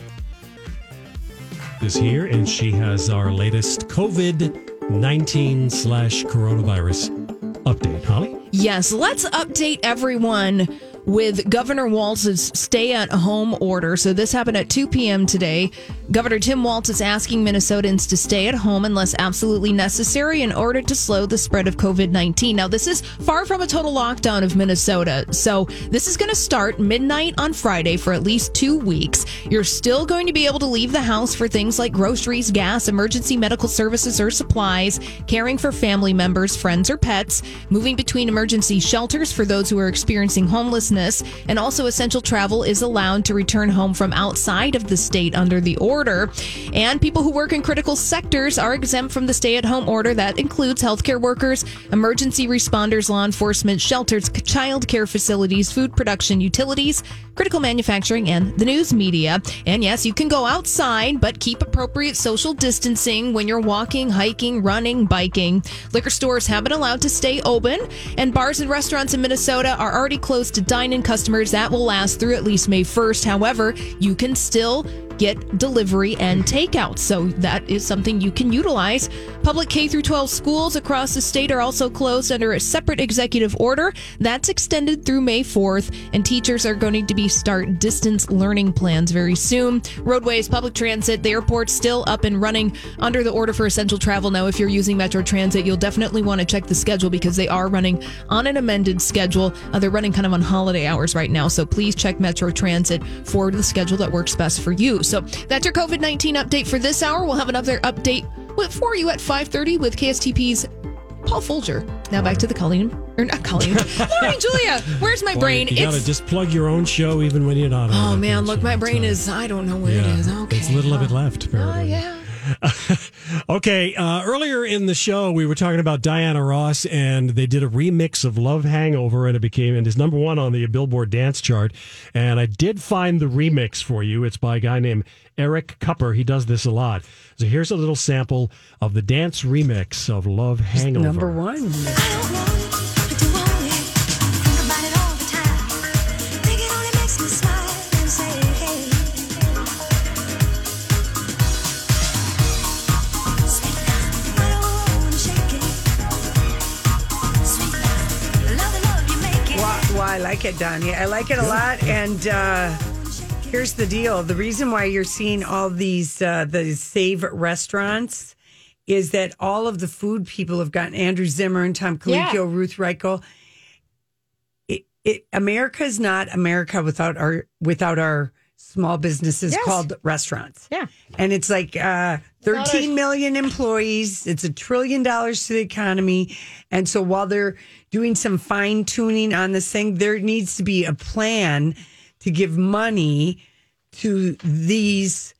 Speaker 1: is here, and she has our latest COVID 19 slash coronavirus update. Holly?
Speaker 5: Yes, let's update everyone with Governor Walz's stay at home order. So, this happened at 2 p.m. today. Governor Tim Walz is asking Minnesotans to stay at home unless absolutely necessary in order to slow the spread of COVID 19. Now, this is far from a total lockdown of Minnesota. So, this is going to start midnight on Friday for at least two weeks. You're still going to be able to leave the house for things like groceries, gas, emergency medical services or supplies, caring for family members, friends, or pets, moving between emergency shelters for those who are experiencing homelessness, and also essential travel is allowed to return home from outside of the state under the order. And people who work in critical sectors are exempt from the stay at home order. That includes healthcare workers, emergency responders, law enforcement, shelters, child care facilities, food production, utilities, critical manufacturing, and the news media. And yes, you can go outside, but keep appropriate social distancing when you're walking, hiking, running, biking. Liquor stores have been allowed to stay open, and bars and restaurants in Minnesota are already closed to dine in customers. That will last through at least May 1st. However, you can still get delivery and takeout. So that is something you can utilize. Public K through 12 schools across the state are also closed under a separate executive order that's extended through May 4th and teachers are going to be start distance learning plans very soon. Roadways, public transit, the airport still up and running under the order for essential travel. Now if you're using Metro Transit, you'll definitely want to check the schedule because they are running on an amended schedule. Uh, they're running kind of on holiday hours right now. So please check Metro Transit for the schedule that works best for you. So that's your COVID nineteen update for this hour. We'll have another update with- for you at five thirty with KSTP's Paul Folger. Now back to the Colleen or not Colleen, Lori Julia. Where's my
Speaker 1: Boy,
Speaker 5: brain?
Speaker 1: You gotta just plug your own show even when you're not on.
Speaker 5: oh
Speaker 1: it.
Speaker 5: man, look, my brain is I don't know where it is. Okay,
Speaker 1: It's little of it left,
Speaker 5: oh
Speaker 1: apparently.
Speaker 5: yeah.
Speaker 1: *laughs* okay, uh, earlier in the show, we were talking about Diana Ross, and they did a remix of Love Hangover, and it became and is number one on the Billboard dance chart. And I did find the remix for you. It's by a guy named Eric Cupper. He does this a lot. So here's a little sample of the dance remix of Love Hangover.
Speaker 3: Number one.
Speaker 2: Wow.
Speaker 3: Wow, wow, I like it, Danya. I like it a lot. And uh, here's the deal: the reason why you're seeing all these uh, the save restaurants is that all of the food people have gotten Andrew Zimmer and Tom Colicchio,
Speaker 4: Yeah.
Speaker 3: Ruth Reichel. It, it America is not America without our without our small businesses
Speaker 4: Yes.
Speaker 3: called restaurants.
Speaker 4: Yeah.
Speaker 3: And it's like uh, 13 million employees. It's a trillion dollars to the economy. And so while they're doing some fine tuning on this thing, there needs to be a plan to give money to these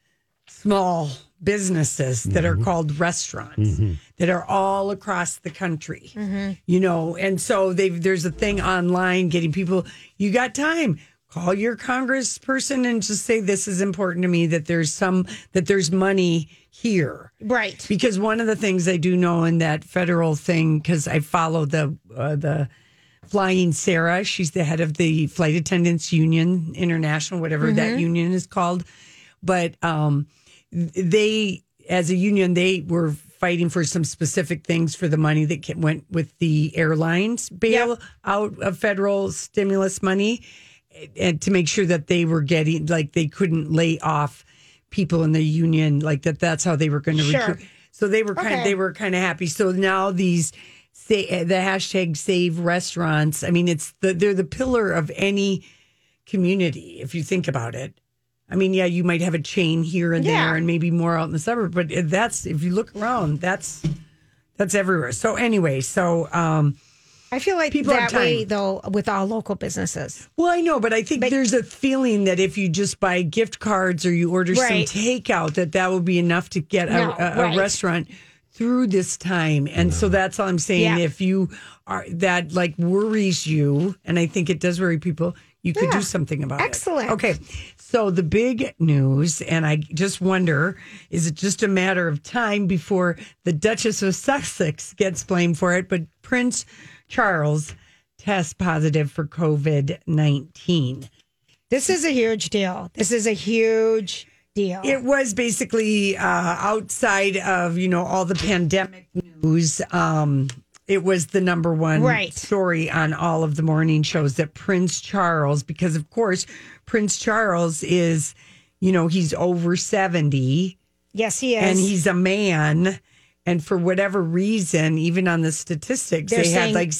Speaker 3: small businesses that are called restaurants that are all across the country
Speaker 4: Mm-hmm.
Speaker 3: you know and so they there's a thing online getting people you got time call your congressperson and just say this is important to me that there's some that there's money here
Speaker 4: right.
Speaker 3: because one of the things I do know in that federal thing, because I follow the uh, the flying Sarah, she's the head of the flight attendants union international, whatever
Speaker 4: Mm-hmm.
Speaker 3: that union is called. But um, they, as a union, they were fighting for some specific things for the money that ca- went with the airlines bail out of federal stimulus money, and to make sure that they were getting like they couldn't lay off people in the union like that that's how they were going to
Speaker 4: Sure.
Speaker 3: recruit so they were kind
Speaker 4: Okay.
Speaker 3: they were kind of happy so now these say the hashtag save restaurants i mean it's the they're the pillar of any community if you think about it i mean yeah you might have a chain here and
Speaker 4: Yeah.
Speaker 3: there and maybe more out in the suburb but that's if you look around that's that's everywhere so anyway so um
Speaker 4: I feel like
Speaker 3: People have
Speaker 4: that way
Speaker 3: time.
Speaker 4: though with all local businesses.
Speaker 3: Well, I know, but I think there's a feeling that if you just buy gift cards or you order
Speaker 4: Right.
Speaker 3: some takeout, that that will be enough to get
Speaker 4: No,
Speaker 3: a, a,
Speaker 4: right.
Speaker 3: a restaurant through this time. And so that's all I'm saying.
Speaker 4: Yeah.
Speaker 3: If you are that like worries you, and I think it does worry people, you could do something about
Speaker 4: Excellent.
Speaker 3: it. Okay. So the big news, and I just wonder, is it just a matter of time before the Duchess of Sussex gets blamed for it? But Prince Charles test positive for COVID 19.
Speaker 4: This is a huge deal. This is a huge deal.
Speaker 3: It was basically uh, outside of, you know, all the pandemic news. Um, it was the number one
Speaker 4: Right.
Speaker 3: story on all of the morning shows that Prince Charles, because of course, Prince Charles is, you know, he's over 70
Speaker 4: Yes, he is.
Speaker 3: and he's a man. And for whatever reason, even on the statistics,
Speaker 4: They're
Speaker 3: they had
Speaker 4: saying-
Speaker 3: like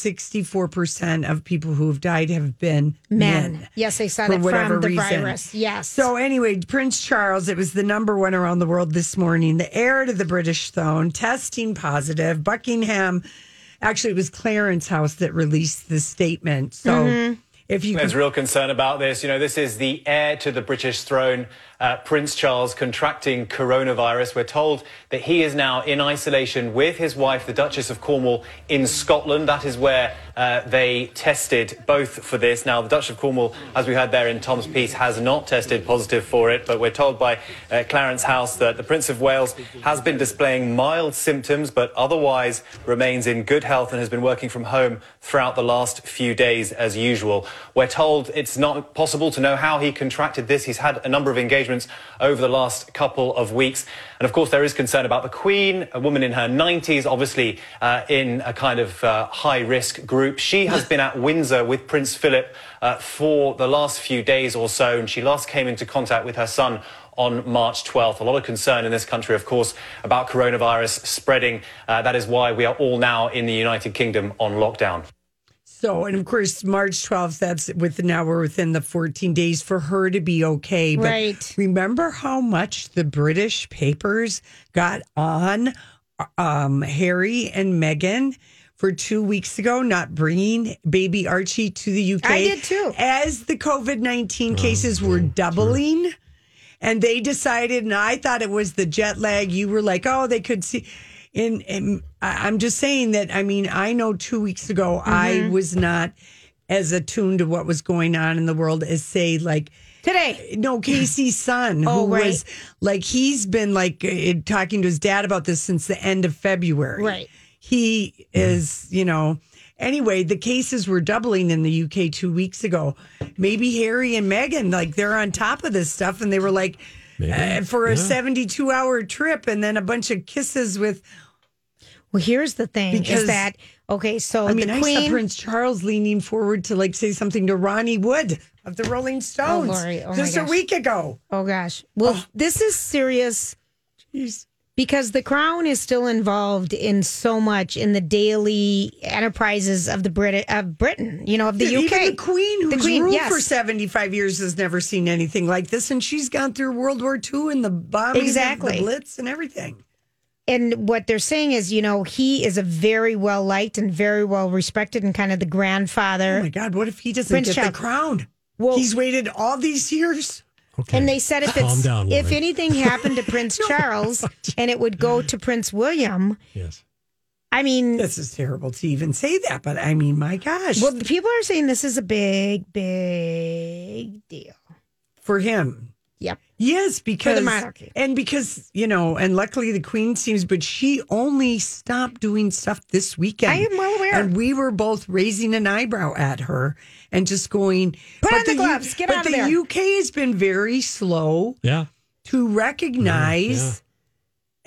Speaker 3: 64% of people who have died have been
Speaker 4: men.
Speaker 3: men.
Speaker 4: Yes, they said
Speaker 3: for
Speaker 4: it
Speaker 3: whatever
Speaker 4: from Uh, the
Speaker 3: reason.
Speaker 4: virus. Yes.
Speaker 3: So, anyway, Prince Charles, it was the number one around the world this morning, the heir to the British throne, testing positive. Buckingham, actually, it was Clarence House that released the statement. So,
Speaker 4: Mm-hmm.
Speaker 3: if you
Speaker 10: There's real concern about this. You know, this is the heir to the British throne, uh, Prince Charles, contracting coronavirus. We're told that he is now in isolation with his wife, the Duchess of Cornwall, in Scotland. That is where uh, they tested both for this. Now, the Duchess of Cornwall, as we heard there in Tom's piece, has not tested positive for it, but we're told by uh, Clarence House that the Prince of Wales has been displaying mild symptoms, but otherwise remains in good health and has been working from home throughout the last few days as usual. We're told it's not possible to know how he contracted this. He's had a number of engagements over the last couple of weeks. And of course, there is concern about the Queen, a woman in her 90s, obviously uh, in a kind of uh, high risk group. She has been at Windsor with Prince Philip uh, for the last few days or so, and she last came into contact with her son on March 12th. A lot of concern in this country, of course, about coronavirus spreading. Uh, that is why we are all now in the United Kingdom on lockdown.
Speaker 3: So, and of course, March 12th, that's within now we're within the 14 days for her to be okay. But
Speaker 4: Right.
Speaker 3: remember how much the British papers got on um, Harry and Meghan for two weeks ago, not bringing baby Archie to the UK?
Speaker 4: I did too.
Speaker 3: As the COVID 19 cases were doubling. And they decided, and I thought it was the jet lag. You were like, oh, they could see. And, and I- I'm just saying that, I mean, I know two weeks ago
Speaker 4: Mm-hmm.
Speaker 3: I was not as attuned to what was going on in the world as, say, like,
Speaker 4: Today.
Speaker 3: no,
Speaker 4: *laughs*
Speaker 3: Casey's son,
Speaker 4: Oh,
Speaker 3: who
Speaker 4: right.
Speaker 3: was like, he's been like eh, talking to his dad about this since the end of February.
Speaker 4: Right.
Speaker 3: He is, you know, anyway, the cases were doubling in the UK two weeks ago. Maybe Harry and Meghan, like, they're on top of this stuff. And they were like, eh, for a 72 hour trip and then a bunch of kisses with,
Speaker 4: Well, here's the thing
Speaker 3: Because-
Speaker 4: is that okay, so
Speaker 3: I mean,
Speaker 4: Oh, the
Speaker 3: I
Speaker 4: queen
Speaker 3: saw Prince Charles leaning forward to like say something to Ronnie Wood of the Rolling Stones
Speaker 4: Lori. Oh, my
Speaker 3: just a
Speaker 4: gosh.
Speaker 3: week ago.
Speaker 4: Oh gosh. Well, this is serious because the crown is still involved in so much in the daily enterprises of the Brit of Britain, you know, of the
Speaker 3: Even
Speaker 4: UK.
Speaker 3: the Queen, who's
Speaker 4: The Queen,
Speaker 3: ruled
Speaker 4: yes.
Speaker 3: for 75 years, has never seen anything like this. And she's gone through World War II and the bombing,
Speaker 4: Exactly.
Speaker 3: the Blitz, and everything. Oh
Speaker 4: and what they're saying is, you know, he is a very well liked and very well respected and kind of the grandfather.
Speaker 3: Oh my God, what if he doesn't
Speaker 4: Prince
Speaker 3: get
Speaker 4: Charles.
Speaker 3: the crown?
Speaker 4: Well-
Speaker 3: He's waited all these years.
Speaker 1: Okay.
Speaker 4: And they said if
Speaker 1: Calm
Speaker 4: it's,
Speaker 1: down,
Speaker 4: if
Speaker 1: Lori.
Speaker 4: anything happened to Prince Charles and it would go to Prince William,
Speaker 1: Yes.
Speaker 4: I mean,
Speaker 3: This is terrible to even say that, but I mean, my gosh,
Speaker 4: well, the people are saying this is a big, big deal.
Speaker 3: for him.
Speaker 4: Yep.
Speaker 3: Yes, because
Speaker 4: monarchy.
Speaker 3: and because you know, and luckily the Queen seems, but she only stopped doing stuff this weekend.
Speaker 4: I am well aware.
Speaker 3: and we were both raising an eyebrow at her and just going,
Speaker 4: Put
Speaker 3: "But
Speaker 4: on the
Speaker 3: U-
Speaker 4: gloves. Get
Speaker 3: but
Speaker 4: out of
Speaker 3: the
Speaker 4: there."
Speaker 3: UK has been very slow
Speaker 1: Yeah.
Speaker 3: to recognize.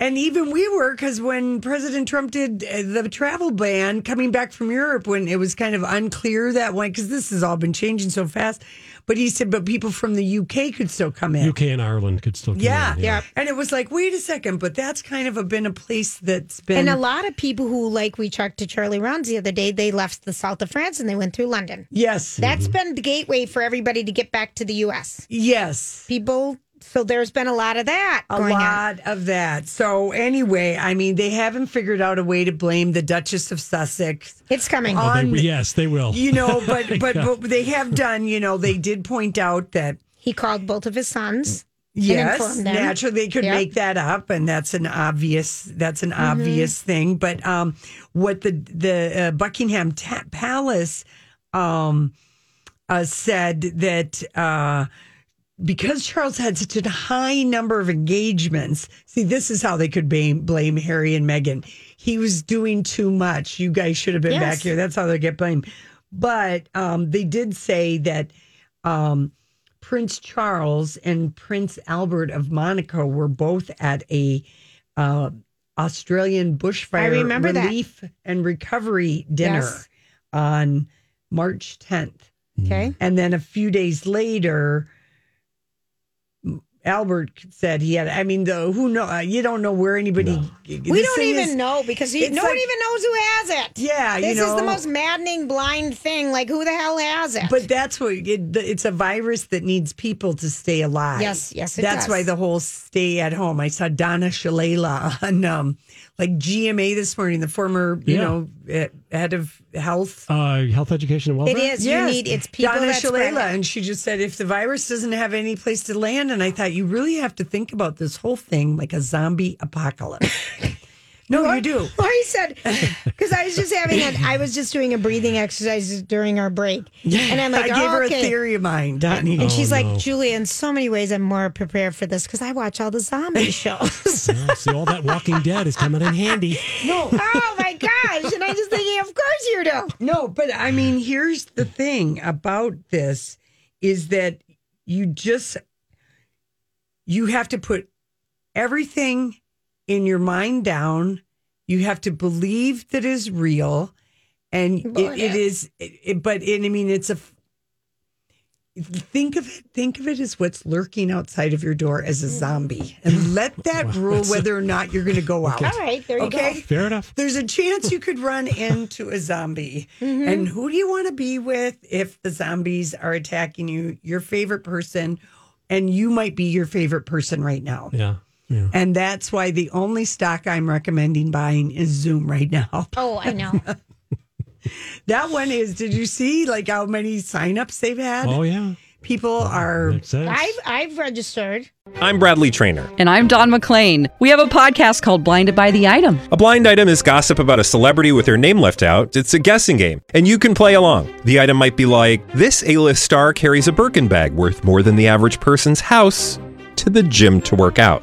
Speaker 3: And even we were because when President Trump did uh, the travel ban coming back from Europe, when it was kind of unclear that one, because this has all been changing so fast. But he said, but people from the UK could still come in.
Speaker 1: UK and Ireland could still. come
Speaker 3: Yeah.
Speaker 1: in,
Speaker 3: And it was like, wait a second, but that's kind of a, been a place that's been.
Speaker 4: and a lot of people who, like we talked to Charlie Rounds the other day, they left the south of France and they went through London.
Speaker 3: yes.
Speaker 4: That's been the gateway for everybody to get back to the U.S.
Speaker 3: yes.
Speaker 4: People, so there's been a lot of that
Speaker 3: A
Speaker 4: going on.
Speaker 3: lot of that. So, anyway, I mean, they haven't figured out a way to blame the Duchess of Sussex.
Speaker 4: It's coming.
Speaker 3: Oh,
Speaker 1: They-
Speaker 3: On-
Speaker 1: yes, they will.
Speaker 3: You
Speaker 1: *laughs*
Speaker 3: know, but, but
Speaker 1: Yeah.
Speaker 3: but they have done, you know, they did point out that
Speaker 4: he called both of his sons.
Speaker 3: Yes,
Speaker 4: inform them.
Speaker 3: naturally they could
Speaker 4: Yep.
Speaker 3: make that up, and that's an obvious that's
Speaker 4: Mm-hmm.
Speaker 3: an obvious thing. But um, what the the uh, Buckingham ta- Palace um, uh, said that uh, because Charles had such a high number of engagements. See, this is how they could blame, blame Harry and Meghan. He was doing too much. You guys should have been
Speaker 4: Yes.
Speaker 3: back here. That's how they get blamed. But um, they did say that um, Prince Charles and Prince Albert of Monaco were both at a uh, Australian bushfire
Speaker 4: I remember that.
Speaker 3: relief and recovery dinner
Speaker 4: Yes.
Speaker 3: on March 10th.
Speaker 1: Mm.
Speaker 4: Okay.
Speaker 3: And then a few days later, Albert said he had. I mean, the who know uh, you don't know where anybody.
Speaker 4: We don't even know because he,
Speaker 3: it's
Speaker 4: no one
Speaker 3: like-
Speaker 4: even knows who has it.
Speaker 3: Yeah,
Speaker 4: this
Speaker 3: you know.
Speaker 4: is the most maddening blind thing. Like, who the hell has it?
Speaker 3: But that's what it, the- it's a virus that needs people to stay alive.
Speaker 4: Yes, yes, it
Speaker 3: that's
Speaker 4: does.
Speaker 3: why the whole stay at home. I saw Donna Shalala on um, like GMA this morning, the former you
Speaker 1: Yeah.
Speaker 3: know eh, head of health
Speaker 1: Uh, health education and welfare.
Speaker 4: It is. You need- it's people
Speaker 3: Donna
Speaker 4: that spread
Speaker 3: Shalala,
Speaker 4: *laughs*
Speaker 3: and she just said, if the virus doesn't have any place to land, and I thought you really have to think about this whole thing like a zombie
Speaker 4: *laughs*
Speaker 3: apocalypse. no, you do.
Speaker 4: Lori
Speaker 3: *laughs*
Speaker 4: said, because I was just having an, I was just doing a breathing exercise during our break. *laughs* And I'm like,
Speaker 3: I gave
Speaker 4: oh,
Speaker 3: her
Speaker 4: okay.
Speaker 3: a theory of mine, Donnie.
Speaker 4: And she's like, Julia, in so many ways, I'm more prepared for this because I watch all the *laughs* zombie
Speaker 1: *laughs*
Speaker 4: shows.
Speaker 1: Oh, see, all that Walking Dead is coming in handy.
Speaker 3: no,
Speaker 4: *laughs* oh my gosh. And I'm just thinking, of course you do.
Speaker 3: no, but I mean, here's the thing about this is that you just you have to put everything in your mind down. You have to believe that is real, and it,
Speaker 4: Well, it
Speaker 3: it is. It, it- but it, I mean, it's a. Think of it. Think of it as what's lurking outside of your door as
Speaker 4: Mm.
Speaker 3: a zombie, and let that rule whether or not you're going to go out.
Speaker 4: All right, there you
Speaker 3: Okay.
Speaker 1: Fair enough.
Speaker 3: There's a chance you could run into a zombie.
Speaker 4: Mm-hmm.
Speaker 1: Mm-hmm.
Speaker 3: And who do you want to be with if the zombies are attacking you? Your favorite person, and you might be your favorite person right now.
Speaker 1: Yeah. Yeah.
Speaker 3: And that's why the only stock I'm recommending buying is Zoom right now. *laughs*
Speaker 4: go. Oh, I know.
Speaker 3: That one is, did you see like how many signups they've had?
Speaker 1: Oh yeah.
Speaker 3: People are
Speaker 1: Makes sense.
Speaker 4: I've, I've registered.
Speaker 11: I'm Bradley Trainer.
Speaker 12: And I'm Don McClain. We have a podcast called Blinded by the Item.
Speaker 11: A blind item is gossip about a celebrity with their name left out. It's a guessing game, and you can play along. The item might be like this: A-list star carries a Birkin bag worth more than the average person's house to the gym to work out.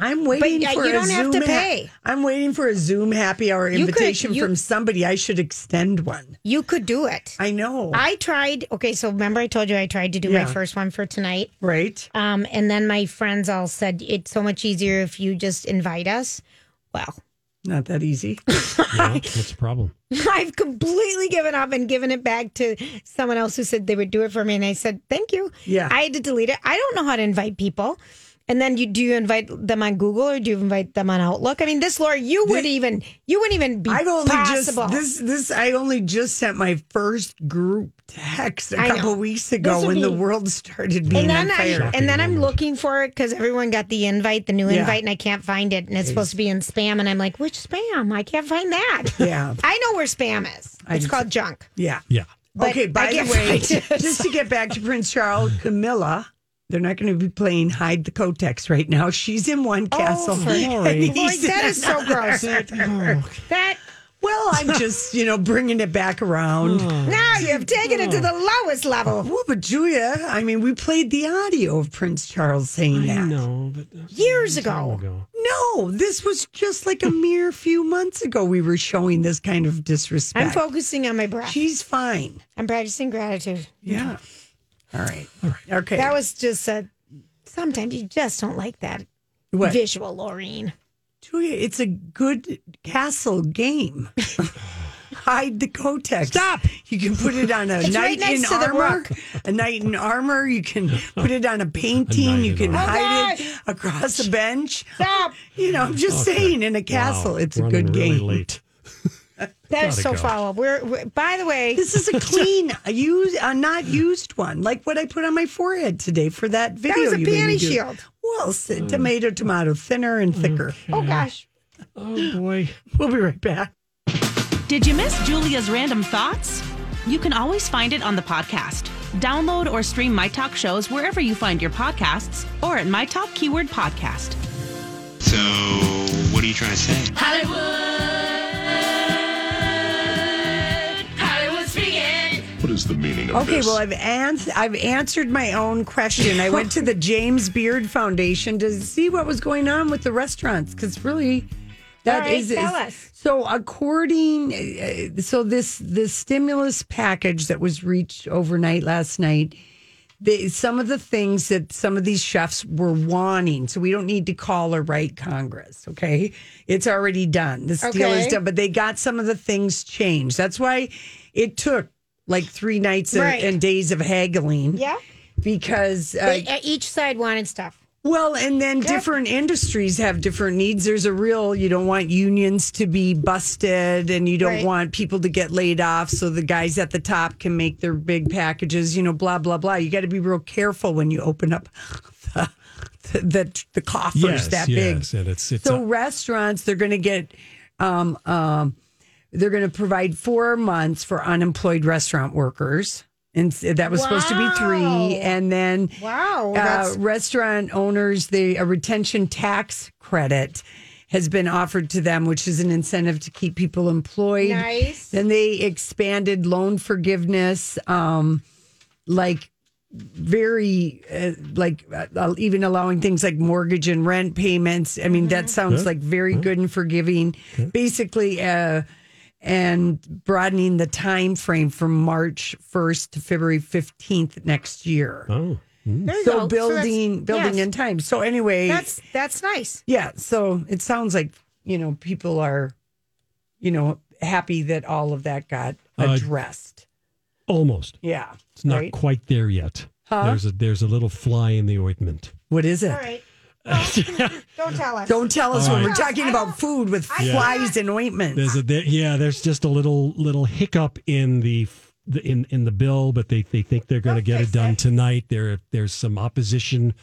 Speaker 3: I'm
Speaker 4: But
Speaker 3: waiting
Speaker 4: yeah,
Speaker 3: for
Speaker 4: you
Speaker 3: a
Speaker 4: don't
Speaker 3: Zoom
Speaker 4: have to
Speaker 3: ha-
Speaker 4: pay.
Speaker 3: I'm waiting for a Zoom happy hour
Speaker 4: You could-
Speaker 3: invitation
Speaker 4: you-
Speaker 3: from somebody. I should extend one.
Speaker 4: You could do it.
Speaker 3: I know.
Speaker 4: I tried. Okay, so remember I told you I tried to do
Speaker 3: Yeah.
Speaker 4: my first one for tonight.
Speaker 3: right?
Speaker 4: Um, and then my friends all said it's so much easier if you just invite us. Well, *laughs*
Speaker 3: Not that easy.
Speaker 1: *laughs*
Speaker 3: *laughs*
Speaker 1: Yeah, What's the problem?
Speaker 4: I've completely given up and given it back to someone else who said they would do it for me, and I said thank you.
Speaker 3: Yeah.
Speaker 4: I had to delete it. I don't know how to invite people. And then you do you invite them on Google or do you invite them on Outlook? I mean, this Laura, you would even you wouldn't even be
Speaker 3: I've only
Speaker 4: possible.
Speaker 3: just this this I only just sent my first group text a
Speaker 4: I know.
Speaker 3: couple weeks
Speaker 4: This
Speaker 3: ago
Speaker 4: would
Speaker 3: when the
Speaker 4: be-
Speaker 3: world started being
Speaker 4: and then
Speaker 3: on fire.
Speaker 4: I'm, and then I'm looking for it because everyone got the invite, the new
Speaker 3: Yeah.
Speaker 4: invite, and I can't find it. And it's supposed to be in spam, and I'm like, which spam? I can't find that.
Speaker 3: Yeah.
Speaker 4: *laughs* I know where spam is.
Speaker 3: I
Speaker 4: It's
Speaker 3: do
Speaker 4: called junk.
Speaker 3: yeah.
Speaker 1: Yeah.
Speaker 4: But
Speaker 3: okay,
Speaker 4: I
Speaker 3: by the
Speaker 4: can't
Speaker 3: way,
Speaker 4: find it.
Speaker 3: just to get back to Prince Charles, Camilla, they're not going to be playing hide the Kotex right now. She's in one castle.
Speaker 4: Oh,
Speaker 3: *laughs*
Speaker 4: for- *laughs*
Speaker 1: Lori.
Speaker 3: He's
Speaker 4: Lori, that
Speaker 3: in
Speaker 4: is
Speaker 3: *laughs*
Speaker 4: so
Speaker 3: another.
Speaker 4: gross.
Speaker 1: Oh,
Speaker 4: *laughs* That
Speaker 3: Well, I'm just, you know, bringing it back around.
Speaker 4: now you have taken it to the
Speaker 3: Oh.
Speaker 4: lowest level.
Speaker 3: Well, but Julia, I mean, we played the audio of Prince Charles saying
Speaker 1: I
Speaker 3: that.
Speaker 1: know, but
Speaker 4: Years
Speaker 1: Some time
Speaker 4: ago.
Speaker 3: No, this was just like a mere few months ago. We were showing this kind of disrespect.
Speaker 4: I'm focusing on my breath.
Speaker 3: She's fine.
Speaker 4: I'm practicing gratitude.
Speaker 3: Yeah. All right. All right. Okay.
Speaker 4: That was just a. Sometimes you just don't like that
Speaker 3: what?
Speaker 4: visual,
Speaker 3: *laughs*
Speaker 4: Laureen.
Speaker 3: Julia, it's a good castle game. Hide the Kotex.
Speaker 1: Stop.
Speaker 3: You can put it on a
Speaker 4: It's right
Speaker 3: knight in
Speaker 4: next to the
Speaker 3: armor.
Speaker 4: rook.
Speaker 3: A knight in armor. You can put it on a painting.
Speaker 1: knight
Speaker 3: You
Speaker 1: in
Speaker 3: can
Speaker 1: armor.
Speaker 4: Oh,
Speaker 3: hide it across a bench.
Speaker 4: Stop.
Speaker 3: You know, I'm just
Speaker 1: Okay.
Speaker 3: saying, in a
Speaker 1: Wow,
Speaker 3: castle, it's a
Speaker 1: running
Speaker 3: good
Speaker 1: really
Speaker 3: game.
Speaker 1: Late.
Speaker 4: That is
Speaker 1: Gotta
Speaker 4: so
Speaker 1: go.
Speaker 4: foul. We're, we by the way,
Speaker 3: This is
Speaker 4: *laughs*
Speaker 3: a clean, a used, a not used one, like what I put on my forehead today for that video.
Speaker 4: was a
Speaker 3: you made me
Speaker 4: panty
Speaker 3: do.
Speaker 4: shield. Mm.
Speaker 3: Well, s- tomato, tomato, thinner and thicker.
Speaker 4: oh gosh,
Speaker 1: Oh boy.
Speaker 3: We'll be right back.
Speaker 6: Did you miss Julia's random thoughts? You can always find it on the podcast. Download or stream My Talk shows wherever you find your podcasts or at My Talk Keyword Podcast.
Speaker 13: So, what are you trying to say?
Speaker 6: Hollywood.
Speaker 13: is the meaning of
Speaker 3: Okay,
Speaker 13: this?
Speaker 3: well, I've ans- I've answered my own question. I went
Speaker 13: *laughs*
Speaker 3: to the James Beard Foundation to see what was going on with the restaurants because really, that
Speaker 4: All right,
Speaker 3: is
Speaker 4: tell
Speaker 3: is-
Speaker 4: us.
Speaker 3: so. According, uh, so this this stimulus package that was reached overnight last night. The, some of the things that some of these chefs were wanting, so we don't need to call or write Congress. Okay, it's already done. This deal is
Speaker 4: Okay.
Speaker 3: done, but they got some of the things changed. That's why it took like three nights and-
Speaker 4: Right.
Speaker 3: and, days of haggling.
Speaker 4: Yeah.
Speaker 3: Because uh,
Speaker 4: They- uh, each side wanted stuff.
Speaker 3: well, and then different industries have different needs. There's a real, you don't want unions to be busted and you don't
Speaker 4: Right.
Speaker 3: want people to get laid off so the guys at the top can make their big packages, you know, blah, blah, blah. You got to be real careful when you open up *laughs* the, the, the, coffers
Speaker 1: Yes,
Speaker 3: that big
Speaker 1: yes, and it's it's
Speaker 3: so
Speaker 1: a-
Speaker 3: restaurants they're going to get um, um, they're going to provide four months for unemployed restaurant workers and s- that was supposed to be three and then
Speaker 4: wow
Speaker 3: uh,
Speaker 4: Oh, that's-
Speaker 3: restaurant owners the a retention tax credit has been offered to them which is an incentive to keep people employed
Speaker 4: Nice.
Speaker 3: then they expanded loan forgiveness um, like very uh, like uh, even allowing things like mortgage and rent payments. I mean,
Speaker 4: Mm-hmm.
Speaker 3: that sounds
Speaker 1: Good.
Speaker 3: like very good and forgiving. Basically, uh, and broadening the time frame from March first to February fifteenth next year.
Speaker 1: Oh,
Speaker 4: There you go. So
Speaker 3: so
Speaker 4: that's-
Speaker 3: building building
Speaker 4: yes.
Speaker 3: in time. So anyway,
Speaker 4: That's that's nice.
Speaker 3: yeah. So it sounds like you know people are, you know, happy that all of that got
Speaker 1: Uh,
Speaker 3: addressed.
Speaker 1: almost.
Speaker 3: yeah,
Speaker 1: It's not
Speaker 3: right?
Speaker 1: quite there yet.
Speaker 3: Huh?
Speaker 1: There's a there's a little fly in the ointment.
Speaker 3: What is it?
Speaker 4: All right.
Speaker 3: *laughs*
Speaker 4: Don't tell us.
Speaker 3: Don't tell us
Speaker 1: All
Speaker 3: when
Speaker 1: right.
Speaker 3: we're talking about food with
Speaker 1: Yeah.
Speaker 3: flies and ointments.
Speaker 1: There's a there, yeah. There's just a little little hiccup in the, f- the in in the bill, but they they think they're going to get it done tonight. There there's some opposition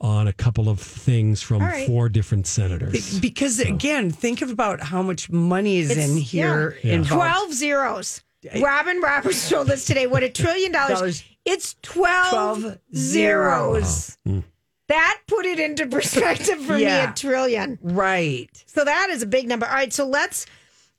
Speaker 1: on a couple of things from
Speaker 3: All right.
Speaker 1: four different senators.
Speaker 3: Be- Because again, think about how much money is in here.
Speaker 1: Yeah.
Speaker 4: 12
Speaker 3: Involved.
Speaker 4: zeros. Robin Roberts told us today what a trillion dollars.
Speaker 3: Dollars.
Speaker 4: It's 12,
Speaker 3: 12
Speaker 4: zeros. That put it into perspective for me
Speaker 3: Yeah.
Speaker 4: a trillion.
Speaker 3: Right.
Speaker 4: So that is a big number. All right, so let's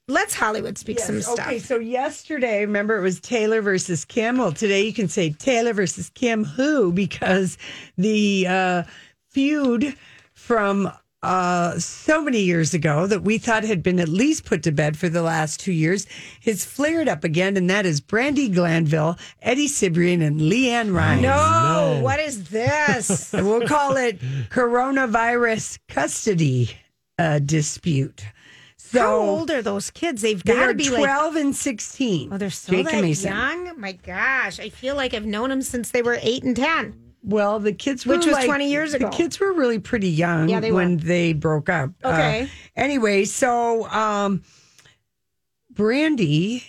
Speaker 4: let's Hollywood speak some
Speaker 3: Yes,
Speaker 4: stuff.
Speaker 3: Okay, so yesterday, remember it was Taylor versus Kim. Well, today you can say Taylor versus Kim who because the uh, feud from uh, so many years ago that we thought had been at least put to bed for the last two years has flared up again, and that is Brandy Glanville, Eddie Cibrian, and Leanne Ryan.
Speaker 4: no, what is this?
Speaker 3: we'll call it coronavirus custody uh, dispute. *laughs* So
Speaker 4: How old are those kids? They've
Speaker 3: they
Speaker 4: got to
Speaker 3: are
Speaker 4: be like
Speaker 3: 12 and 16. Oh,
Speaker 4: they're so that young. My gosh, I feel like I've known them since they were eight and ten.
Speaker 3: Well, the kids were
Speaker 4: Which was
Speaker 3: like-
Speaker 4: 20 years ago.
Speaker 3: The kids were really pretty young
Speaker 4: Yeah, they were.
Speaker 3: when they broke up. Uh,
Speaker 4: Okay.
Speaker 3: anyway, so um, Brandy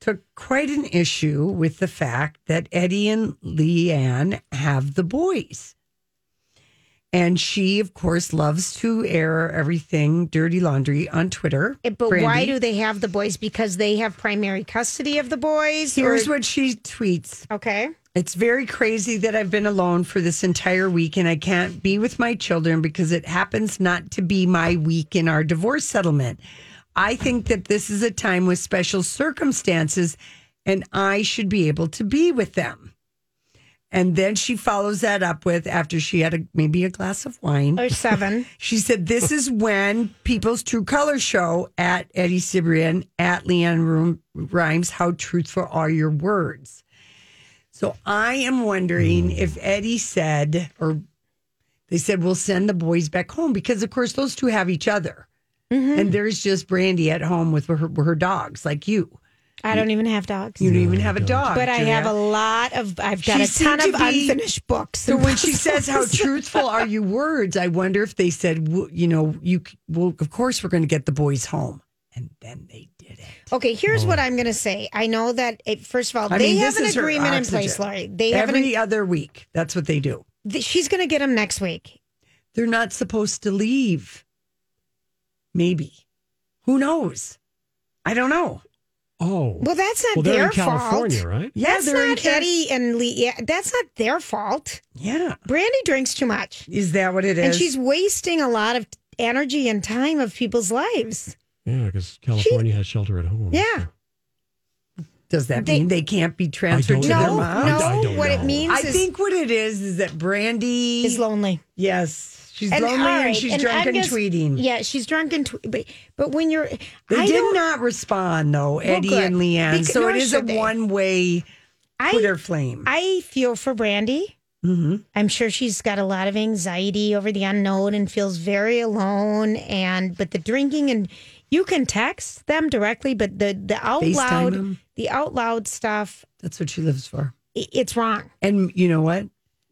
Speaker 3: took quite an issue with the fact that Eddie and Leanne have the boys. And she, of course, loves to air everything dirty laundry on Twitter.
Speaker 4: It- Eh, But why
Speaker 3: Brandy.
Speaker 4: do they have the boys? Because they have primary custody of the boys. or-
Speaker 3: Here's what she tweets.
Speaker 4: Okay.
Speaker 3: It's very crazy that I've been alone for this entire week and I can't be with my children because it happens not to be my week in our divorce settlement. I think that this is a time with special circumstances and I should be able to be with them. And then she follows that up with after she had a, maybe a glass of wine.
Speaker 4: Or seven.
Speaker 3: She said, This is when people's true color show at Eddie Cibrian, at Leanne Room Rhymes, How Truthful Are Your Words? So I am wondering if Eddie said, or they said, We'll send the boys back home because, of course, those two have each other. And there's just Brandy at home with her, her dogs, like you.
Speaker 4: I don't even have dogs.
Speaker 3: You don't even have a dog.
Speaker 4: But I have
Speaker 3: Julia.
Speaker 4: a lot of, I've got
Speaker 3: She
Speaker 4: a
Speaker 3: seemed
Speaker 4: ton of
Speaker 3: to be-
Speaker 4: unfinished books.
Speaker 3: So when she
Speaker 4: and
Speaker 3: says how
Speaker 4: puzzles.
Speaker 3: truthful are you words, I wonder if they said, w- you know, you c- well, of course we're going to get the boys home, and then they
Speaker 4: Okay, here's what I'm going to say. I know that, it, first of all,
Speaker 3: Oh. I
Speaker 4: they
Speaker 3: mean,
Speaker 4: have
Speaker 3: this
Speaker 4: an
Speaker 3: is her
Speaker 4: agreement in
Speaker 3: oxygen.
Speaker 4: place, Lori. They have
Speaker 3: every
Speaker 4: an,
Speaker 3: other week. That's what they do.
Speaker 4: th- she's going to get them next week.
Speaker 3: They're not supposed to leave. Maybe, who knows? I don't know.
Speaker 1: Oh,
Speaker 4: Well, that's not
Speaker 1: Well, they're
Speaker 4: their
Speaker 1: in California,
Speaker 4: fault.
Speaker 1: right?
Speaker 3: Yeah,
Speaker 4: that's
Speaker 3: they're in
Speaker 4: not
Speaker 3: Cal-
Speaker 4: Eddie and Lee. Yeah, that's not their fault.
Speaker 3: Yeah,
Speaker 4: Brandy drinks too much,
Speaker 3: is that what it is?
Speaker 4: and she's wasting a lot of energy and time of people's lives.
Speaker 1: Yeah, because California has shelter at home.
Speaker 4: Yeah.
Speaker 3: Does that mean they can't be transferred to
Speaker 4: no,
Speaker 3: their mom?
Speaker 4: no. what it means
Speaker 3: I
Speaker 4: is
Speaker 3: think what it is is that Brandy
Speaker 4: is lonely.
Speaker 3: Yes, she's
Speaker 4: And,
Speaker 3: lonely
Speaker 4: all right,
Speaker 3: and she's
Speaker 4: and
Speaker 3: drunk
Speaker 4: I'm
Speaker 3: and
Speaker 4: just-
Speaker 3: tweeting.
Speaker 4: Yeah, she's drunk and tweeting. But, but when you're,
Speaker 3: They
Speaker 4: I
Speaker 3: did
Speaker 4: don't-
Speaker 3: not respond though, Eddie
Speaker 4: good.
Speaker 3: and Leanne.
Speaker 4: Because-
Speaker 3: so
Speaker 4: nor
Speaker 3: it is a
Speaker 4: should they.
Speaker 3: one way
Speaker 4: I-
Speaker 3: Twitter flame.
Speaker 4: I feel for Brandy.
Speaker 3: Mm-hmm.
Speaker 4: I'm sure she's got a lot of anxiety over the unknown and feels very alone. And but the drinking and you can text them directly, but the the out
Speaker 3: FaceTime
Speaker 4: loud
Speaker 3: them.
Speaker 4: the out loud stuff,
Speaker 3: That's what she lives for.
Speaker 4: i- it's wrong.
Speaker 3: And you know what?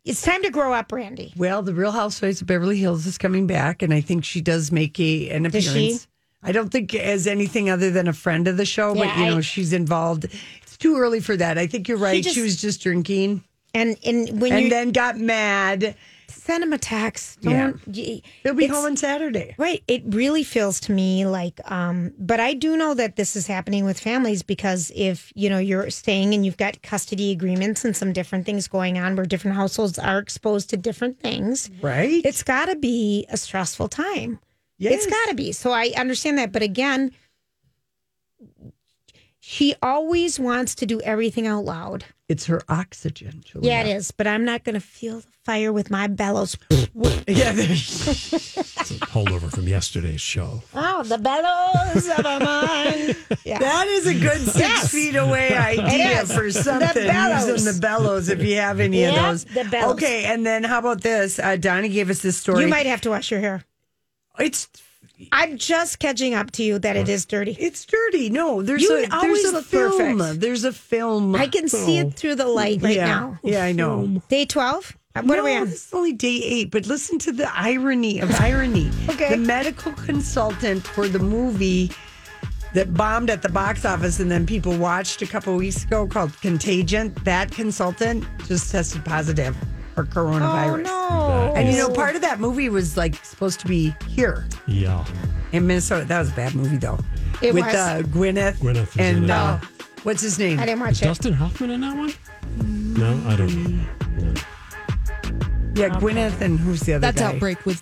Speaker 4: It's time to grow up, Brandy.
Speaker 3: Well, the Real Housewives of Beverly Hills is coming back, and I think she does make a, an
Speaker 4: Does
Speaker 3: appearance.
Speaker 4: she?
Speaker 3: I don't think as anything other than a friend of the show, but
Speaker 4: Yeah,
Speaker 3: you know
Speaker 4: I-
Speaker 3: she's involved. It's too early for that. I think you're right.
Speaker 4: just-
Speaker 3: she was just drinking,
Speaker 4: And and when
Speaker 3: and
Speaker 4: you
Speaker 3: then got mad.
Speaker 4: send them a text,
Speaker 3: Yeah.
Speaker 4: don't- y-
Speaker 3: They'll be
Speaker 4: it's-
Speaker 3: home on Saturday.
Speaker 4: Right. It really feels to me like, um, but I do know that this is happening with families because if, you know, you're staying and you've got custody agreements and some different things going on where different households are exposed to different things,
Speaker 3: Right?
Speaker 4: it's got to be a stressful time. It's
Speaker 3: Yes.
Speaker 4: got to be. So I understand that. But again, she always wants to do everything out loud.
Speaker 3: It's her oxygen. Julia.
Speaker 4: Yeah, it is. But I'm not going to feel the fire with my bellows.
Speaker 3: Yeah, there-
Speaker 1: Holdover from yesterday's show.
Speaker 4: Oh, the bellows of a mind. *laughs* Yeah.
Speaker 3: that is a good six
Speaker 4: Yes. *laughs*
Speaker 3: feet away idea
Speaker 4: is.
Speaker 3: for
Speaker 4: The
Speaker 3: something.
Speaker 4: bellows.
Speaker 3: Using the bellows, if you have any
Speaker 4: Yeah,
Speaker 3: of those.
Speaker 4: the bellows.
Speaker 3: Okay, and then how about this? Uh, Donnie gave us this story.
Speaker 4: You might have to wash your hair.
Speaker 3: It's
Speaker 4: I'm just catching up to you that it is dirty.
Speaker 3: It's dirty. No, there's
Speaker 4: You
Speaker 3: a
Speaker 4: always
Speaker 3: there's a
Speaker 4: look
Speaker 3: film.
Speaker 4: perfect.
Speaker 3: There's a film.
Speaker 4: I can see it through the light right
Speaker 3: Oh. yeah.
Speaker 4: now.
Speaker 3: Yeah, I know.
Speaker 4: Day 12? Uh, What
Speaker 3: no,
Speaker 4: are we on?
Speaker 3: This is only day eight, but listen to the
Speaker 4: *laughs*
Speaker 3: irony of irony.
Speaker 4: Okay.
Speaker 3: The medical consultant for the movie that bombed at the box office and then people watched a couple weeks ago called Contagion. That consultant just tested positive for coronavirus.
Speaker 4: Oh, no.
Speaker 3: And you know, part of that movie was like supposed to be here
Speaker 1: Yeah.
Speaker 3: in Minnesota. That was a bad movie though.
Speaker 4: It
Speaker 3: With
Speaker 4: was. Oh.
Speaker 3: Uh, Gwyneth,
Speaker 1: Gwyneth was in
Speaker 3: and
Speaker 1: it.
Speaker 3: uh, what's his name?
Speaker 4: I didn't
Speaker 1: Is
Speaker 4: watch it.
Speaker 1: Dustin Hoffman in that one? No, I don't know.
Speaker 3: Yeah, Gwyneth and who's the other
Speaker 5: That's
Speaker 3: guy?
Speaker 5: outbreak with